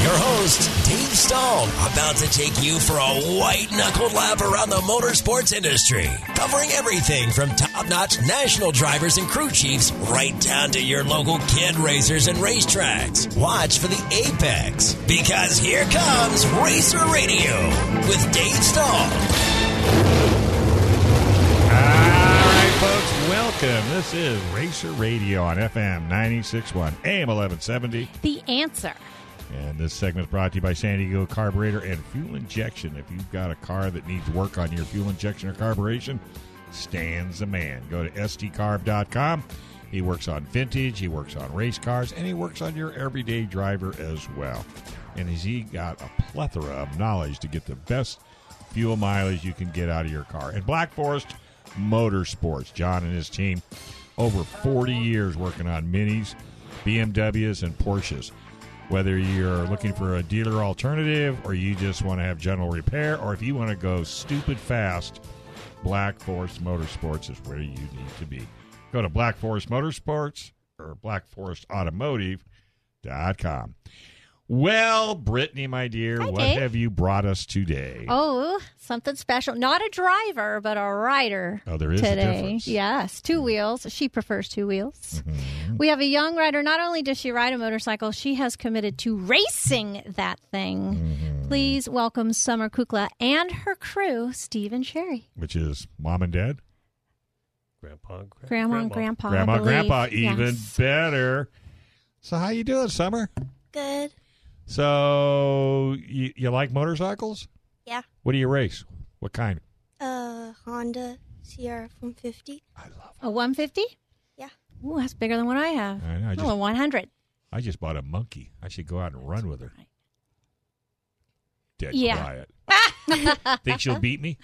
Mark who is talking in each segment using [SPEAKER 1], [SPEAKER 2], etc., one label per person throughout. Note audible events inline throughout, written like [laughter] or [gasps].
[SPEAKER 1] Your host, Dave Stahl, about to take you for a white knuckled lap around the motorsports industry, covering everything from top notch national drivers and crew chiefs right down to your local kid racers and racetracks. Watch for the apex, because here comes Racer Radio with Dave Stahl.
[SPEAKER 2] All right, folks, welcome. This is Racer Radio on FM 96.1 AM 1170.
[SPEAKER 3] The answer.
[SPEAKER 2] And this segment is brought to you by San Diego Carburetor and Fuel Injection. If you've got a car that needs work on your fuel injection or carburation, Stan's the man. Go to stcarb.com. He works on vintage, he works on race cars, and he works on your everyday driver as well. And he's he got a plethora of knowledge to get the best fuel mileage you can get out of your car. And Black Forest Motorsports, John and his team, over 40 years working on minis, BMWs, and Porsches. Whether you're looking for a dealer alternative or you just want to have general repair or if you want to go stupid fast, Black Forest Motorsports is where you need to be. Go to Black Forest Motorsports or blackforestautomotive.com. Well, Brittany, my dear,
[SPEAKER 3] Hi,
[SPEAKER 2] what
[SPEAKER 3] Dave.
[SPEAKER 2] have you brought us today?
[SPEAKER 3] Oh, something special. Not a driver, but a rider.
[SPEAKER 2] Oh, there is a
[SPEAKER 3] today.
[SPEAKER 2] difference.
[SPEAKER 3] Yes, two wheels. She prefers two wheels.
[SPEAKER 2] Mm-hmm.
[SPEAKER 3] We have a young rider. Not only does she ride a motorcycle, she has committed to racing that thing.
[SPEAKER 2] Mm-hmm.
[SPEAKER 3] Please welcome Summer Kukla and her crew, Steve and Sherry.
[SPEAKER 2] Which is mom and dad,
[SPEAKER 4] Grandpa. gra-
[SPEAKER 3] Grandma and Grandpa. I
[SPEAKER 2] grandma,
[SPEAKER 3] believe.
[SPEAKER 2] grandpa,
[SPEAKER 3] Yes.
[SPEAKER 2] even better. So, how you doing, Summer?
[SPEAKER 5] Good.
[SPEAKER 2] So, you, you like motorcycles?
[SPEAKER 5] Yeah.
[SPEAKER 2] What do you race? What kind?
[SPEAKER 5] Uh, Honda Sierra 150.
[SPEAKER 2] I love.
[SPEAKER 3] A 150?
[SPEAKER 5] Yeah.
[SPEAKER 3] Ooh, that's bigger than what I have.
[SPEAKER 2] I know, I
[SPEAKER 3] Oh,
[SPEAKER 2] just-
[SPEAKER 3] a 100.
[SPEAKER 2] I just bought a monkey. I should go out and run with her. Dead
[SPEAKER 3] Yeah.
[SPEAKER 2] quiet.
[SPEAKER 3] [laughs]
[SPEAKER 2] Think she'll beat me?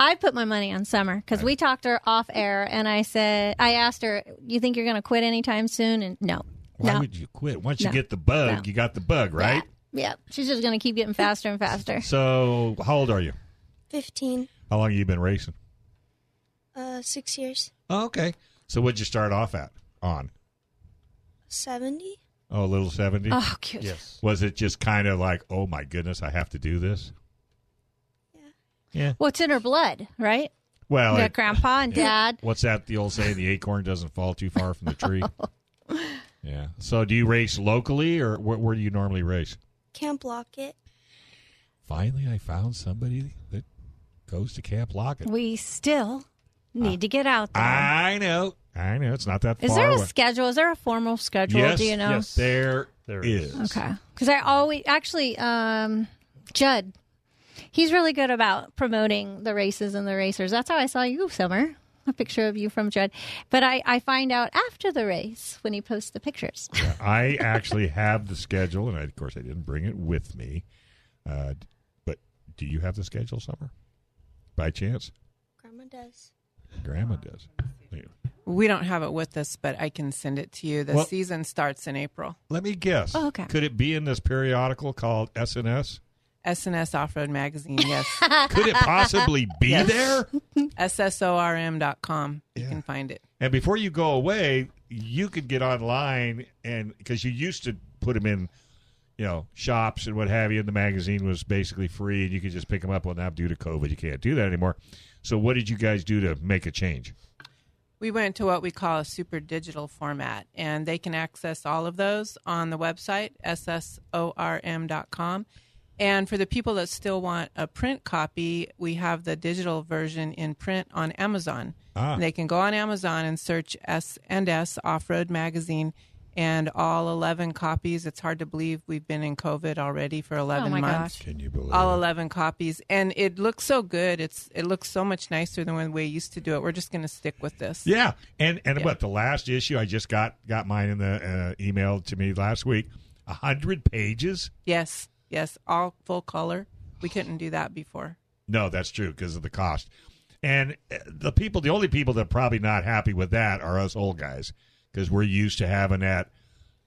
[SPEAKER 3] I put my money on Summer because we talked her off air, and I said, I asked her, "You think you're going to quit anytime soon?" And no,
[SPEAKER 2] Why
[SPEAKER 3] no,
[SPEAKER 2] would you quit? Once you
[SPEAKER 3] No.
[SPEAKER 2] get the bug,
[SPEAKER 3] No.
[SPEAKER 2] you got the bug, right?
[SPEAKER 3] Yeah, yeah. she's just going to keep getting faster and faster.
[SPEAKER 2] [laughs] So, how old are you?
[SPEAKER 5] 15.
[SPEAKER 2] How long have you been racing?
[SPEAKER 5] Uh, six years.
[SPEAKER 2] Oh, okay. So, what'd you start off at? On
[SPEAKER 5] 70.
[SPEAKER 2] oh, a little seventy.
[SPEAKER 3] Oh, cute.
[SPEAKER 4] Yes.
[SPEAKER 2] Was it just kind of like, oh my goodness, I have to do this?
[SPEAKER 3] Well, it's in her blood, right?
[SPEAKER 2] Well,
[SPEAKER 3] yeah,
[SPEAKER 2] Oh, it-
[SPEAKER 3] grandpa and dad.
[SPEAKER 2] what's that? The old saying: the acorn doesn't fall too far
[SPEAKER 3] [laughs]
[SPEAKER 2] from the tree. yeah. So, do you race locally, or where, where do you normally race?
[SPEAKER 5] Camp Lockett.
[SPEAKER 2] finally I found somebody that goes to Camp Lockett.
[SPEAKER 3] We still need
[SPEAKER 2] Ah.
[SPEAKER 3] to get out there. Is
[SPEAKER 2] I know. I know. It's not that far
[SPEAKER 3] there a
[SPEAKER 2] away.
[SPEAKER 3] schedule? Is there a formal schedule?
[SPEAKER 2] yes,
[SPEAKER 3] Do you know?
[SPEAKER 2] yes, there, there
[SPEAKER 4] There
[SPEAKER 2] is.
[SPEAKER 4] is.
[SPEAKER 3] Okay. Because I always actually um, Judd, he's really good about promoting the races and the racers. That's how I saw you, Summer. A picture of you from Judd. But I, I find out after the race when he posts the pictures.
[SPEAKER 2] Yeah, I actually have the schedule, and I, of course I didn't bring it with me. Uh, d- but do you have the schedule, Summer? By chance,
[SPEAKER 5] Grandma does.
[SPEAKER 2] Grandma does. Yeah.
[SPEAKER 6] We don't have it with us, but I can send it to you. The
[SPEAKER 2] Well-
[SPEAKER 6] season starts in April.
[SPEAKER 2] Let me guess.
[SPEAKER 3] Oh, okay.
[SPEAKER 2] Could it be in this periodical called SNS?
[SPEAKER 6] SNS Off Road Magazine, yes.
[SPEAKER 2] Could it possibly be
[SPEAKER 6] Yes.
[SPEAKER 2] there?
[SPEAKER 6] SSORM.com. You can find it.
[SPEAKER 2] And before you go away, you could get online and because you used to put them in, you know, shops and what have you. And the magazine was basically free, and you could just pick them up. Well, now due to COVID, you can't do that anymore. So, what did you guys do to make a change?
[SPEAKER 6] We went to what we call a super digital format, and they can access all of those on the website, SSORM.com. And for the people that still want a print copy, we have the digital version in print on Amazon.
[SPEAKER 2] Ah.
[SPEAKER 6] And They can go on Amazon and search S and S Off Road Magazine and all 11 copies. It's hard to believe we've been in COVID already for 11
[SPEAKER 3] oh my
[SPEAKER 6] months.
[SPEAKER 3] gosh.
[SPEAKER 2] Can you believe?
[SPEAKER 6] All 11 copies. And it looks so good. It's It looks so much nicer than when we used to do it. We're just going to stick with this.
[SPEAKER 2] Yeah, and and what the last issue I just got got mine in the uh, email to me last week. A hundred pages.
[SPEAKER 6] Yes, yes, all full color. We couldn't do that before.
[SPEAKER 2] No, that's true because of the cost. And uh, the people, the only people that are probably not happy with that are us old guys because we're used to having that,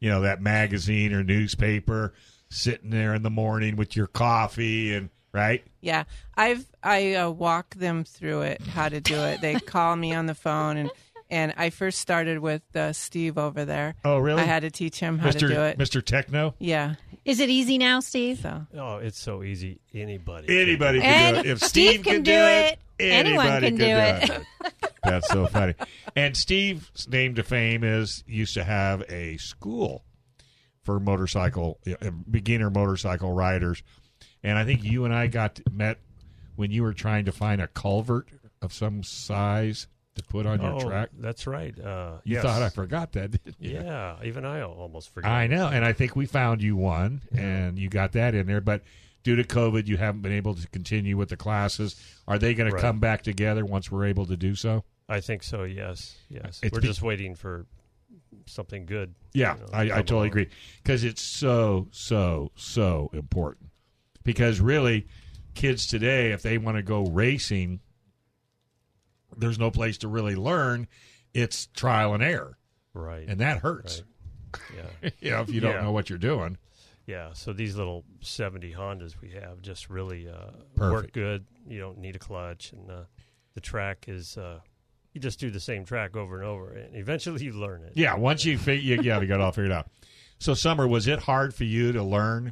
[SPEAKER 2] you know, that magazine or newspaper. sitting there in the morning with your coffee and right.
[SPEAKER 6] Yeah, I've I uh, walk them through it how to do it. They call me on the phone and and I first started with uh, Steve over there.
[SPEAKER 2] Oh, really?
[SPEAKER 6] I had to teach him how
[SPEAKER 2] Mr.
[SPEAKER 6] to do it.
[SPEAKER 2] Mr. Techno.
[SPEAKER 6] Yeah,
[SPEAKER 3] Is it easy now, Steve?
[SPEAKER 6] so
[SPEAKER 4] Oh, it's so easy. Anybody. can
[SPEAKER 2] Anybody can
[SPEAKER 3] And
[SPEAKER 2] do it. If
[SPEAKER 3] Steve
[SPEAKER 2] Steve can
[SPEAKER 3] can do it, anyone
[SPEAKER 2] anybody
[SPEAKER 3] can do
[SPEAKER 2] That's so funny. And Steve's name to fame is used to have a school for motorcycle uh, beginner motorcycle riders, and I think you and I got met when you were trying to find a culvert of some size to put on
[SPEAKER 4] Oh,
[SPEAKER 2] your track.
[SPEAKER 4] That's right. Uh,
[SPEAKER 2] You
[SPEAKER 4] yes.
[SPEAKER 2] thought I forgot that, didn't you?
[SPEAKER 4] Yeah, even I almost forgot.
[SPEAKER 2] I know, and I think we found you one, and you got that in there. But due to COVID, you haven't been able to continue with the classes. Are they going
[SPEAKER 4] Right.
[SPEAKER 2] to come back together once we're able to do so?
[SPEAKER 4] I think so. Yes, yes.
[SPEAKER 2] It's
[SPEAKER 4] We're
[SPEAKER 2] be-
[SPEAKER 4] just waiting for something good.
[SPEAKER 2] Yeah,
[SPEAKER 4] you know,
[SPEAKER 2] I, I
[SPEAKER 4] come
[SPEAKER 2] totally
[SPEAKER 4] along.
[SPEAKER 2] agree because it's so so so important. Because really, kids today, if they want to go racing, there's no place to really learn. It's trial and error,
[SPEAKER 4] Right.
[SPEAKER 2] and that hurts.
[SPEAKER 4] yeah,
[SPEAKER 2] [laughs] You know, if you don't
[SPEAKER 4] Yeah.
[SPEAKER 2] know what you're doing.
[SPEAKER 4] yeah. So these little seventy Hondas we have just really uh,
[SPEAKER 2] Perfect.
[SPEAKER 4] work good. You don't need a clutch, and uh, the track is uh, you just do the same track over and over, and eventually you learn it.
[SPEAKER 2] Yeah, once you fi- you got to get it all figured out. So, Summer, was it hard for you to learn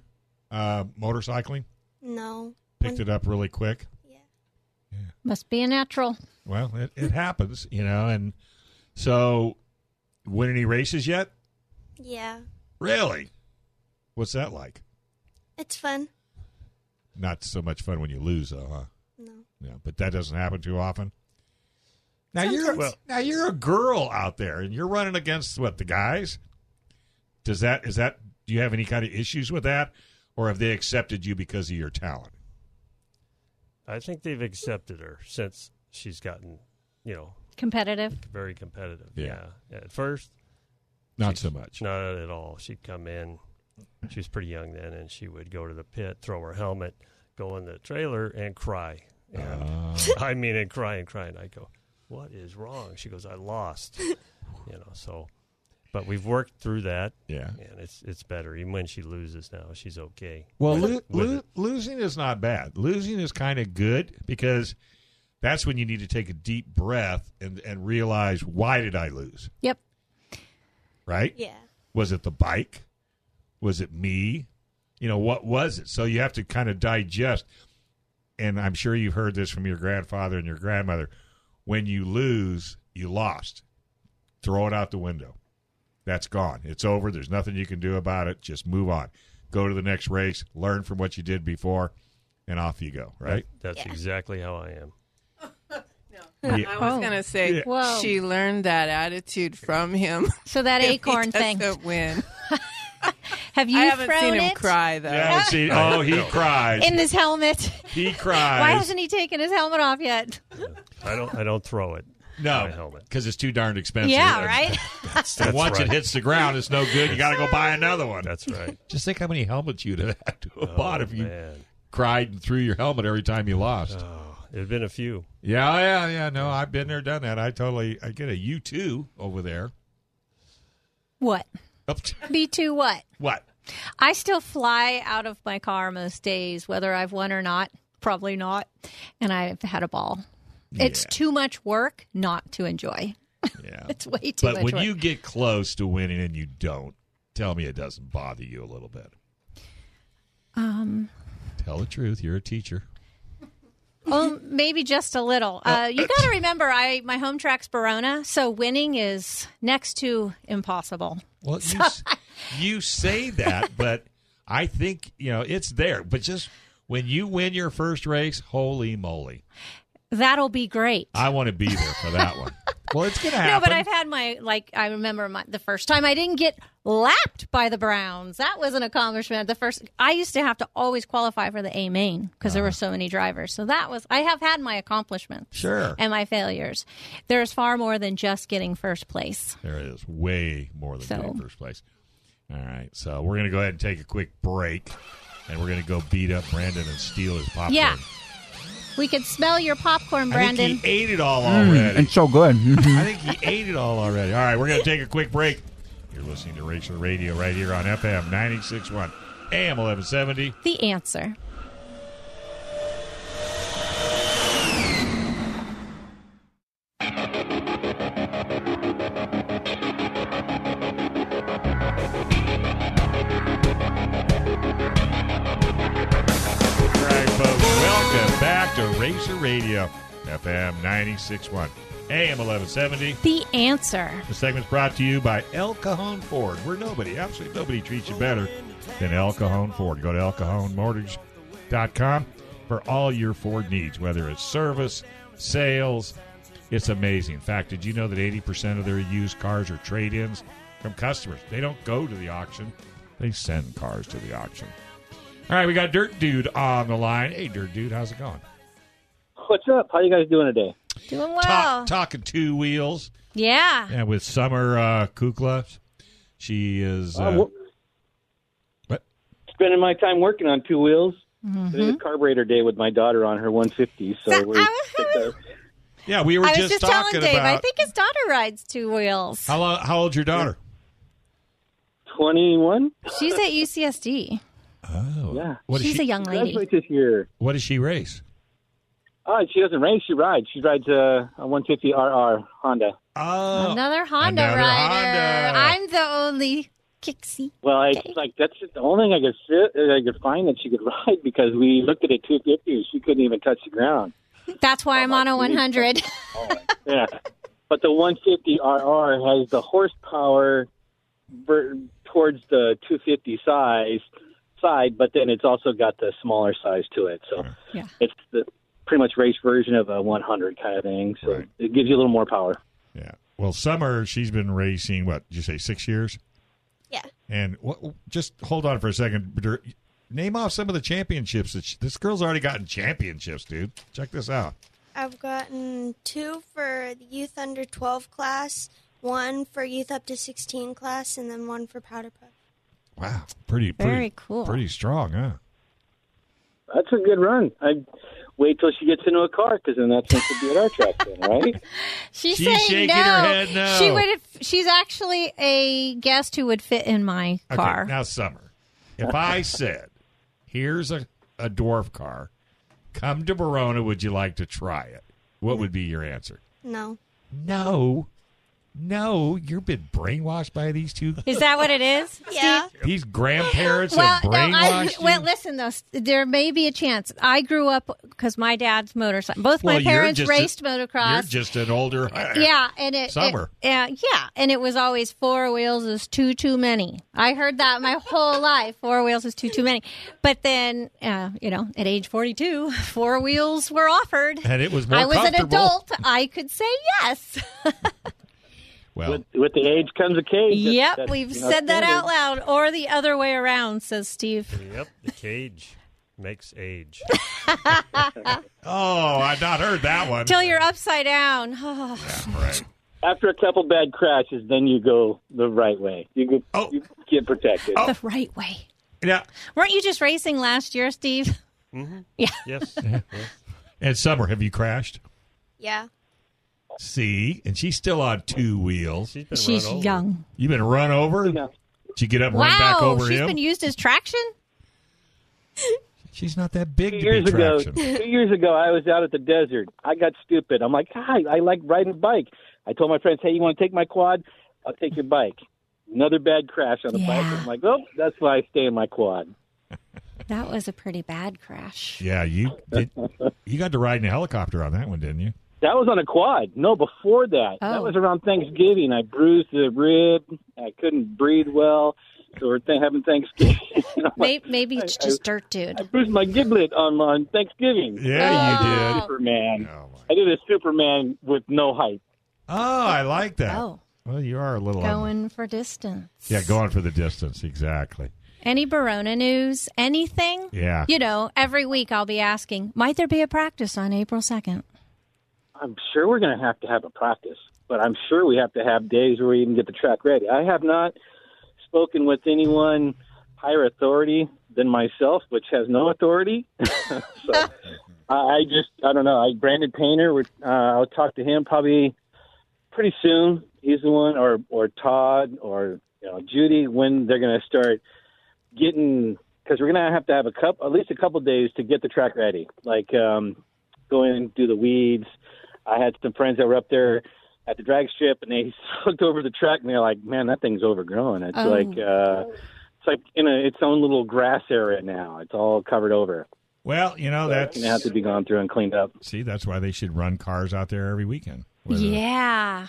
[SPEAKER 2] uh, motorcycling?
[SPEAKER 5] No.
[SPEAKER 2] Picked it up really quick.
[SPEAKER 5] Yeah.
[SPEAKER 3] Must be a natural.
[SPEAKER 2] Well, it, it happens, you know. And so, win any races yet?
[SPEAKER 5] Yeah.
[SPEAKER 2] Really? What's that like?
[SPEAKER 5] It's fun.
[SPEAKER 2] Not so much fun when you lose, though, huh?
[SPEAKER 5] No.
[SPEAKER 2] Yeah, but that doesn't happen too often. Now you're
[SPEAKER 5] Sometimes.
[SPEAKER 4] Well-
[SPEAKER 2] now you're a girl out there, and you're running against what the guys. Does that is that? Do you have any kind of issues with that, or have they accepted you because of your talent?
[SPEAKER 4] I think they've accepted her since she's gotten, you know,
[SPEAKER 3] Competitive.
[SPEAKER 4] very competitive.
[SPEAKER 2] Yeah.
[SPEAKER 4] yeah. At first,
[SPEAKER 2] Not so much.
[SPEAKER 4] Not at all. She'd come in. She was pretty young then, and she would go to the pit, throw her helmet, go in the trailer, and cry. And
[SPEAKER 2] Ah.
[SPEAKER 4] [laughs] I mean, and cry and cry. And I go, "What is wrong?" She goes, "I lost." you know. So, but we've worked through that,
[SPEAKER 2] Yeah.
[SPEAKER 4] and it's it's better. Even when she loses now, she's okay.
[SPEAKER 2] Well,
[SPEAKER 4] with-
[SPEAKER 2] lo-
[SPEAKER 4] with
[SPEAKER 2] lo-
[SPEAKER 4] it.
[SPEAKER 2] losing is not bad. Losing is kind of good because that's when you need to take a deep breath and and realize why did I lose?
[SPEAKER 3] Yep.
[SPEAKER 2] Right?
[SPEAKER 5] Yeah.
[SPEAKER 2] Was it the bike? Was it me? You know, what was it? So you have to kind of digest. And I'm sure you've heard this from your grandfather and your grandmother. When you lose, you lost. Throw it out the window. That's gone. It's over. There's nothing you can do about it. Just move on. Go to the next race, learn from what you did before, and off you go,
[SPEAKER 4] [laughs]
[SPEAKER 2] right?
[SPEAKER 4] That's exactly how I am.
[SPEAKER 6] I
[SPEAKER 2] Yeah.
[SPEAKER 6] was
[SPEAKER 3] Oh.
[SPEAKER 6] gonna say
[SPEAKER 2] Yeah.
[SPEAKER 3] Whoa.
[SPEAKER 6] she learned that attitude from him.
[SPEAKER 3] So that
[SPEAKER 6] [laughs]
[SPEAKER 3] acorn thing.
[SPEAKER 6] doesn't win.
[SPEAKER 3] Have you
[SPEAKER 6] I haven't
[SPEAKER 3] thrown
[SPEAKER 6] seen him
[SPEAKER 3] it
[SPEAKER 6] cry though.
[SPEAKER 2] Yeah, let's see. Oh, he cries.
[SPEAKER 3] [laughs] in his helmet?
[SPEAKER 2] He
[SPEAKER 3] [laughs] Why
[SPEAKER 2] cries.
[SPEAKER 3] hasn't he taken his helmet off yet?
[SPEAKER 4] I don't I don't throw it. [laughs] my
[SPEAKER 2] No,
[SPEAKER 4] helmet.
[SPEAKER 2] because it's too darned expensive.
[SPEAKER 3] Yeah, right.
[SPEAKER 4] That's,
[SPEAKER 2] And
[SPEAKER 4] that's
[SPEAKER 2] once
[SPEAKER 4] right.
[SPEAKER 2] it hits the ground, it's no good. You got to go buy another one. [laughs]
[SPEAKER 4] that's right.
[SPEAKER 2] Just think how many helmets you'd have had to have bought
[SPEAKER 4] Oh,
[SPEAKER 2] if you
[SPEAKER 4] man.
[SPEAKER 2] cried and threw your helmet every time you lost.
[SPEAKER 4] Oh, there've been a few.
[SPEAKER 2] yeah, yeah, yeah. No, I've been there, done that. I totally, I get a U two over there.
[SPEAKER 3] what?
[SPEAKER 2] Up
[SPEAKER 3] B two [laughs] what?
[SPEAKER 2] what?
[SPEAKER 3] I still fly out of my car most days, whether I've won or not. Probably not. And I've had a ball. It's
[SPEAKER 2] Yeah.
[SPEAKER 3] too much work not to enjoy. [laughs]
[SPEAKER 2] Yeah.
[SPEAKER 3] It's way too
[SPEAKER 2] but
[SPEAKER 3] much
[SPEAKER 2] when
[SPEAKER 3] work.
[SPEAKER 2] you get close to winning and you don't, tell me it doesn't bother you a little bit.
[SPEAKER 3] [laughs] um,
[SPEAKER 2] Tell the truth. You're a teacher.
[SPEAKER 3] oh, maybe just a little. Uh, you got to remember, I my home track's Verona, so winning is next to impossible.
[SPEAKER 2] Well, you,
[SPEAKER 3] [laughs]
[SPEAKER 2] s- you say that, but I think you know it's there. But just when you win your first race, holy moly!
[SPEAKER 3] That'll be great.
[SPEAKER 2] I want to be there for that one. [laughs] Well, it's gonna
[SPEAKER 3] No,
[SPEAKER 2] happen.
[SPEAKER 3] but I've had my like. I remember my, the first time I didn't get lapped by the Browns. That was an accomplishment. The first I used to have to always qualify for the A main because there were
[SPEAKER 2] Uh-huh.
[SPEAKER 3] so many drivers. So that was I have had my accomplishments
[SPEAKER 2] sure.
[SPEAKER 3] and my failures. There's far more than just getting first place.
[SPEAKER 2] There it is. Way more than
[SPEAKER 3] So-
[SPEAKER 2] being first place. All right. So we're going to go ahead and take a quick break. And we're going to go beat up Brandon and steal his popcorn.
[SPEAKER 3] Yeah, We could smell your popcorn,
[SPEAKER 2] I
[SPEAKER 3] Brandon.
[SPEAKER 2] think he ate it all already.
[SPEAKER 7] It's so good.
[SPEAKER 2] [laughs] I think he ate it all already. All right. We're going to take a quick break. You're listening to Racer Radio right here on FM 961. AM 1170.
[SPEAKER 3] The answer.
[SPEAKER 2] All right, folks. Welcome back to Racer Radio, FM 961, AM 1170.
[SPEAKER 3] The answer.
[SPEAKER 2] The segment's brought to you by El Cajon Ford, where nobody, absolutely nobody treats you better than El Cajon Ford. Go to ElCajonMortgage.com for all your Ford needs, whether it's service, sales. It's amazing. In fact, did you know that 80% of their used cars are trade ins from customers? They don't go to the auction, they send cars to the auction. All right, we got Dirt Dude on the line. Hey, Dirt Dude, how's it going?
[SPEAKER 7] What's up? How you guys doing today?
[SPEAKER 3] Doing well.
[SPEAKER 2] Talk, talking two wheels.
[SPEAKER 3] Yeah.
[SPEAKER 2] Yeah, with Summer uh, Kukla. She is. Uh,
[SPEAKER 7] Uh, wo-
[SPEAKER 2] what?
[SPEAKER 7] Spending my time working on two wheels. Today's carburetor day with my daughter on her 150. So
[SPEAKER 3] So
[SPEAKER 7] we're,
[SPEAKER 3] Mm-hmm. I [laughs] was-
[SPEAKER 2] yeah, we were
[SPEAKER 3] I was
[SPEAKER 2] just,
[SPEAKER 3] just,
[SPEAKER 2] talking
[SPEAKER 3] telling Dave,
[SPEAKER 2] about.
[SPEAKER 3] I think his daughter rides two wheels.
[SPEAKER 2] how, lo- how old's your daughter?
[SPEAKER 7] 21.
[SPEAKER 3] She's at UCSD.
[SPEAKER 2] Oh,
[SPEAKER 7] Yeah.
[SPEAKER 2] What does
[SPEAKER 3] She's a
[SPEAKER 2] she?
[SPEAKER 3] young lady.
[SPEAKER 7] Graduate this year.
[SPEAKER 2] What does she race?
[SPEAKER 7] Oh, she doesn't race. She rides. She rides uh, a 150 RR Honda.
[SPEAKER 2] Oh,
[SPEAKER 3] Another Honda
[SPEAKER 2] Another
[SPEAKER 3] rider.
[SPEAKER 2] Honda.
[SPEAKER 3] I'm the only Kixie.
[SPEAKER 7] Well, I like that's just the only thing I could fit, I could find that she could [laughs] ride because we looked at a 250 and she couldn't even touch the ground.
[SPEAKER 3] That's why I'm on a 100.
[SPEAKER 7] Yeah, but the 150 RR has the horsepower ver- towards the 250 size side, but then it's also got the smaller size to it. So
[SPEAKER 3] Yeah.
[SPEAKER 7] it's the pretty much race version of a 100 kind of thing. So
[SPEAKER 2] Right.
[SPEAKER 7] it gives you a little more power.
[SPEAKER 2] yeah. Well, Summer, she's been racing. What did you say? Six years.
[SPEAKER 5] Yeah.
[SPEAKER 2] And what? Just hold on for a second. Dirt- Name off some of the championships that she, this girl's already gotten championships, dude. Check this out.
[SPEAKER 5] I've gotten two for the youth under 12 class, one for youth up to 16 class, and then one for powder puff.
[SPEAKER 2] Wow, pretty, pretty
[SPEAKER 3] Very cool.
[SPEAKER 2] pretty strong, huh?
[SPEAKER 7] That's a good run. I wait till she gets into a car because then that's when she'll be at our track, then, right?
[SPEAKER 3] [laughs] She's,
[SPEAKER 2] She's
[SPEAKER 3] saying
[SPEAKER 2] shaking
[SPEAKER 3] no.
[SPEAKER 2] her head no.
[SPEAKER 3] She would. She's actually a guest who would fit in my car.
[SPEAKER 2] Okay, now summer. If
[SPEAKER 3] [laughs]
[SPEAKER 2] I said, "Here's a, a dwarf car, come to Verona. Would you like to try it?" What would be your answer?
[SPEAKER 5] No.
[SPEAKER 2] No, no. You've been brainwashed by these two.
[SPEAKER 3] Is that what it is?
[SPEAKER 5] Yeah.
[SPEAKER 2] These grandparents
[SPEAKER 3] Well,
[SPEAKER 2] have
[SPEAKER 3] no, I,
[SPEAKER 2] brainwashed
[SPEAKER 3] well,
[SPEAKER 2] you.
[SPEAKER 3] listen though, s- there may be a chance. I grew up because my dad's motorcycle. Both
[SPEAKER 2] Well,
[SPEAKER 3] my
[SPEAKER 2] you're
[SPEAKER 3] parents
[SPEAKER 2] just a-
[SPEAKER 3] raced
[SPEAKER 2] You're
[SPEAKER 3] motocross.
[SPEAKER 2] just an older.
[SPEAKER 3] [laughs] yeah, and it it-
[SPEAKER 2] Summer.
[SPEAKER 3] yeah, yeah, and it was always four wheels is too too many. I heard that my whole life. Four wheels is too too many. But then, uh, you know, at age forty two, four wheels were offered.
[SPEAKER 2] and it was more
[SPEAKER 3] I was an
[SPEAKER 2] comfortable.
[SPEAKER 3] adult. I could say yes.
[SPEAKER 2] Well,
[SPEAKER 7] [laughs] With the age comes a cage. That's-
[SPEAKER 3] Yep,
[SPEAKER 7] that's,
[SPEAKER 3] we've
[SPEAKER 7] you know,
[SPEAKER 3] said that
[SPEAKER 7] standard.
[SPEAKER 3] out loud, or the other way around, says Steve.
[SPEAKER 4] Yep, the cage makes age.
[SPEAKER 2] oh, I've not heard that one.
[SPEAKER 3] Till you're upside down. [sighs] Oh,
[SPEAKER 2] Right.
[SPEAKER 7] After a couple bad crashes, then you go the right way. You, go,
[SPEAKER 2] Oh.
[SPEAKER 7] you get protected.
[SPEAKER 3] the right way.
[SPEAKER 2] Yeah.
[SPEAKER 3] Weren't you just racing last year, Steve?
[SPEAKER 2] [laughs]
[SPEAKER 4] Yes. yes.
[SPEAKER 2] And summer, have you crashed?
[SPEAKER 5] Yeah.
[SPEAKER 2] See, and she's still on two wheels.
[SPEAKER 4] She's been
[SPEAKER 3] She's
[SPEAKER 4] run over.
[SPEAKER 3] young.
[SPEAKER 2] You've been run over.
[SPEAKER 7] Yeah.
[SPEAKER 2] Did you get up and run back
[SPEAKER 3] Wow,
[SPEAKER 2] over
[SPEAKER 3] she's
[SPEAKER 2] him?
[SPEAKER 3] been used as traction.
[SPEAKER 2] She's not that big
[SPEAKER 7] Two
[SPEAKER 2] to
[SPEAKER 7] years
[SPEAKER 2] be
[SPEAKER 7] ago,
[SPEAKER 2] traction.
[SPEAKER 7] [laughs] two years ago, I was out at the desert. I got stupid. I'm like, hi, I like riding a bike. I told my friends, hey, you want to take my quad? I'll take your bike. Another bad crash on a bike.
[SPEAKER 3] Yeah.
[SPEAKER 7] I'm like, oh, that's why I stay in my quad.
[SPEAKER 3] That was a pretty bad crash.
[SPEAKER 2] Yeah, you did, you got to ride in a helicopter on that one, didn't you?
[SPEAKER 7] That was on a quad. No, before that,
[SPEAKER 3] Oh.
[SPEAKER 7] that was around Thanksgiving. I bruised the rib. I couldn't breathe well. So we're th- having Thanksgiving. [laughs] I'm like,
[SPEAKER 3] Maybe, maybe it's just dirt, dude.
[SPEAKER 7] I bruised my giblet on, on Thanksgiving.
[SPEAKER 2] Yeah, you did.
[SPEAKER 7] Superman.
[SPEAKER 2] Oh, my.
[SPEAKER 7] I did a Superman with no height.
[SPEAKER 2] oh, I like that.
[SPEAKER 3] Oh,
[SPEAKER 2] Well, you are a little on the-
[SPEAKER 3] going for distance.
[SPEAKER 2] yeah, going for the distance exactly.
[SPEAKER 3] Any Barona news? Anything?
[SPEAKER 2] Yeah.
[SPEAKER 3] You know, every week I'll be asking, might there be a practice on April 2nd?
[SPEAKER 7] I'm sure we're going to have to have a practice, but I'm sure we have to have days where we even get the track ready. I have not spoken with anyone higher authority than myself, which has no authority. [laughs] so I, I just, I don't know. I Brandon Painter, we're- uh, I'll talk to him probably pretty soon. He's the one, or or Todd, or you know Judy, when they're going to start getting because we're gonna have to have a couple, at least a couple days to get the track ready. Like um, go in and do the weeds. I had some friends that were up there at the drag strip, and they [laughs] looked over the track, and they're like, "Man, that thing's overgrown. It's
[SPEAKER 3] Oh.
[SPEAKER 7] like uh, it's like in a, its own little grass area now. It's all covered over.
[SPEAKER 2] Well, you know
[SPEAKER 7] It's
[SPEAKER 2] that's
[SPEAKER 7] gonna have to be gone through and cleaned up.
[SPEAKER 2] see that's why they should run cars out there every weekend. Whether-
[SPEAKER 3] Yeah.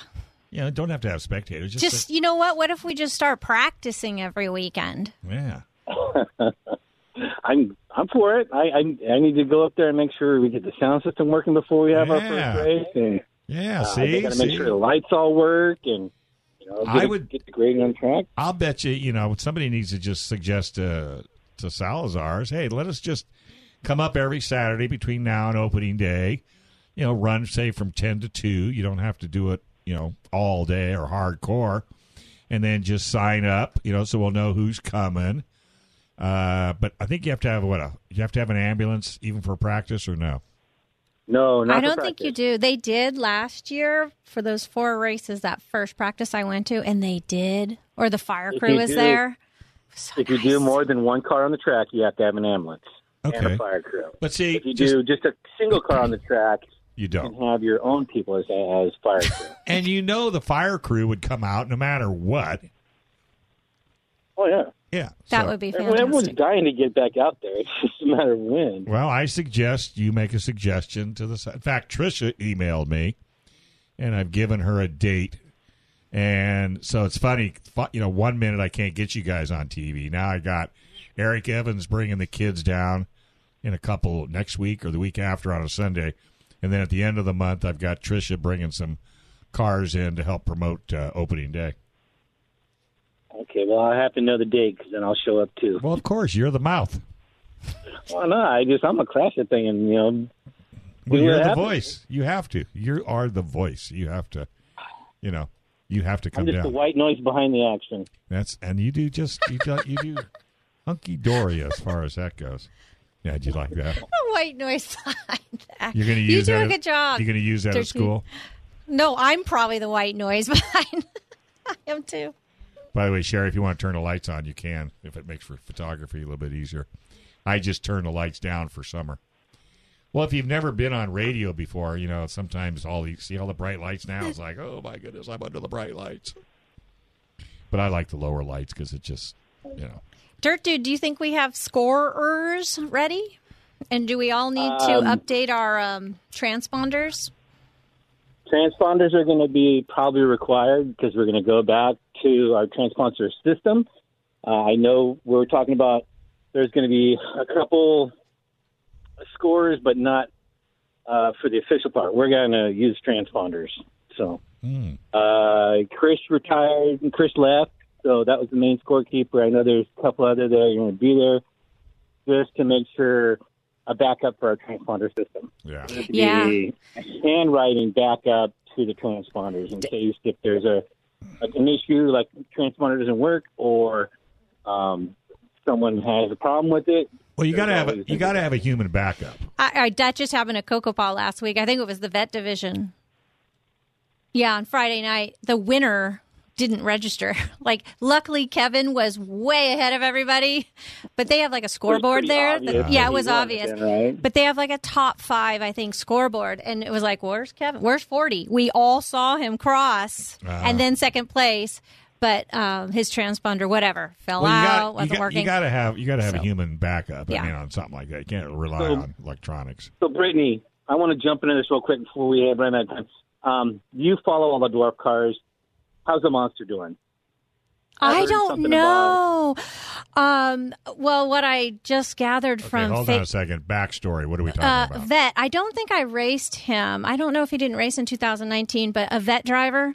[SPEAKER 2] you know, don't have to have spectators. Just,
[SPEAKER 3] Just, you know what? What if we just start practicing every weekend?
[SPEAKER 2] yeah.
[SPEAKER 7] I'm I'm for it. I, I I need to go up there and make sure we get the sound system working before we have our
[SPEAKER 2] Yeah.
[SPEAKER 7] first race, and
[SPEAKER 2] Yeah,
[SPEAKER 7] uh,
[SPEAKER 2] see,
[SPEAKER 7] they gotta make
[SPEAKER 2] see?
[SPEAKER 7] sure the lights all work and. You know,
[SPEAKER 2] I
[SPEAKER 7] get, it-
[SPEAKER 2] would-
[SPEAKER 7] get the grading on track.
[SPEAKER 2] I'll bet you, you know, somebody needs to just suggest to, to Salazar's, hey, let us just come up every Saturday between now and opening day. You know, run, say, from 10 to 2. You don't have to do it, you know, all day or hardcore. And then just sign up, you know, so we'll know who's coming. Uh, but I think you have to have what a you have to have an ambulance even for practice or no?
[SPEAKER 7] No, not
[SPEAKER 3] I
[SPEAKER 7] for
[SPEAKER 3] don't think you
[SPEAKER 7] practice.
[SPEAKER 3] do. They did last year for those four races, that first practice I went to, and they did. Or the fire
[SPEAKER 7] If
[SPEAKER 3] crew
[SPEAKER 7] you
[SPEAKER 3] was
[SPEAKER 7] do-
[SPEAKER 3] there. So
[SPEAKER 7] If you
[SPEAKER 3] nice.
[SPEAKER 7] do more than one car on the track, you have to have an ambulance and
[SPEAKER 2] Okay,
[SPEAKER 7] a fire crew.
[SPEAKER 2] but see,
[SPEAKER 7] If you
[SPEAKER 2] just-
[SPEAKER 7] do just a single car on the track, you
[SPEAKER 2] you
[SPEAKER 7] can
[SPEAKER 2] don't,
[SPEAKER 7] have your own people as, as fire crew.
[SPEAKER 2] and you know the fire crew would come out no matter what.
[SPEAKER 7] [laughs] oh yeah,
[SPEAKER 2] Yeah,
[SPEAKER 3] That
[SPEAKER 2] so-
[SPEAKER 3] would be
[SPEAKER 7] Everyone- everyone's
[SPEAKER 3] [laughs] fantastic.
[SPEAKER 7] dying to get back out there. [laughs] It's just a matter of when.
[SPEAKER 2] Well, I suggest you make a suggestion to the. In fact, Trisha emailed me, and I've given her a date. And so it's funny, fu- you know. One minute I can't get you guys on TV. Now I got Eric Evans bringing the kids down in a couple next week or the week after on a Sunday, and then at the end of the month I've got Trisha bringing some cars in to help promote uh, opening day.
[SPEAKER 7] Okay, well I have to know the date because then I'll show up too.
[SPEAKER 2] Well, of course you're the mouth.
[SPEAKER 7] Why not? I just I'm a crash the thing, and you know,
[SPEAKER 2] Well,
[SPEAKER 7] Yeah,
[SPEAKER 2] you're
[SPEAKER 7] it
[SPEAKER 2] the
[SPEAKER 7] happens.
[SPEAKER 2] voice. You have to. You are the voice. You have to. You know. You have to
[SPEAKER 7] I'm
[SPEAKER 2] come
[SPEAKER 7] just the
[SPEAKER 2] down.
[SPEAKER 7] white noise behind the action.
[SPEAKER 2] That's and you do just you do, you do hunky dory as far as that goes. Yeah, do you like that?
[SPEAKER 3] The white noise sign.
[SPEAKER 2] You're going to
[SPEAKER 3] You
[SPEAKER 2] use
[SPEAKER 3] do
[SPEAKER 2] that
[SPEAKER 3] a
[SPEAKER 2] at-
[SPEAKER 3] good job.
[SPEAKER 2] You're going to use that at
[SPEAKER 3] Turkey.
[SPEAKER 2] school.
[SPEAKER 3] No, I'm probably the white noise [laughs] behind. I am too.
[SPEAKER 2] By the way, Sherry, if you want to turn the lights on, you can. If it makes for photography a little bit easier, I just turn the lights down for summer. Well, if you've never been on radio before, you know sometimes all you see all the bright lights now. It's like, oh my goodness, I'm under the bright lights. But I like the lower lights because it just, you know,
[SPEAKER 3] Dirt Dude, do you think we have scorers ready? And do we all need to update our um, transponders?
[SPEAKER 7] Transponders are going to be probably required because we're going to go back to our transponder system. Uh, I know we were talking about there's going to be a couple scores, but not uh, for the official part. We're going to use transponders. So
[SPEAKER 2] Hmm.
[SPEAKER 7] uh, Chris retired and Chris left, so that was the main scorekeeper. I know there's a couple other that are going to be there just to make sure a backup for our transponder system
[SPEAKER 2] yeah.
[SPEAKER 7] to
[SPEAKER 3] Yeah.
[SPEAKER 7] be handwriting back up to the transponders in case if there's a like an issue like transponder doesn't work or um, someone has a problem with it.
[SPEAKER 2] Well, you got to have a,
[SPEAKER 7] always
[SPEAKER 2] you got to have a human backup.
[SPEAKER 3] I, I, that just happened at Cocoa Paw last week. I think it was the vet division. Yeah, on Friday night, the winner didn't register. [laughs] Like, luckily, Kevin was way ahead of everybody, but they have like a scoreboard
[SPEAKER 7] pretty
[SPEAKER 3] there.
[SPEAKER 7] obvious
[SPEAKER 3] that-
[SPEAKER 7] that
[SPEAKER 3] yeah, it
[SPEAKER 7] he
[SPEAKER 3] was
[SPEAKER 7] won
[SPEAKER 3] obvious.
[SPEAKER 7] then, right?
[SPEAKER 3] But they have like a top five, I think, scoreboard. And it was like, where's Kevin? Where's 40? We all saw him cross
[SPEAKER 2] Uh-huh.
[SPEAKER 3] and then second place, but um, his transponder, whatever, fell
[SPEAKER 2] Well,
[SPEAKER 3] out,
[SPEAKER 2] you
[SPEAKER 3] wasn't
[SPEAKER 2] got,
[SPEAKER 3] working.
[SPEAKER 2] you got to have you got to have a
[SPEAKER 3] So-
[SPEAKER 2] human backup.
[SPEAKER 3] Yeah.
[SPEAKER 2] I mean, on something like that, you can't rely
[SPEAKER 7] So-
[SPEAKER 2] on electronics.
[SPEAKER 7] So Brittany, I want to jump into this real quick before we have run out of time. Um, you follow all the dwarf cars. How's the monster doing? I
[SPEAKER 3] I
[SPEAKER 7] heard
[SPEAKER 3] don't
[SPEAKER 7] something
[SPEAKER 3] know. Um, well, what I just gathered
[SPEAKER 2] Okay,
[SPEAKER 3] from
[SPEAKER 2] hold on
[SPEAKER 3] fa-
[SPEAKER 2] a second. Backstory. What are we talking
[SPEAKER 3] uh,
[SPEAKER 2] about?
[SPEAKER 3] vet, I don't think I raced him. I don't know if he didn't race in 2019, but a vet driver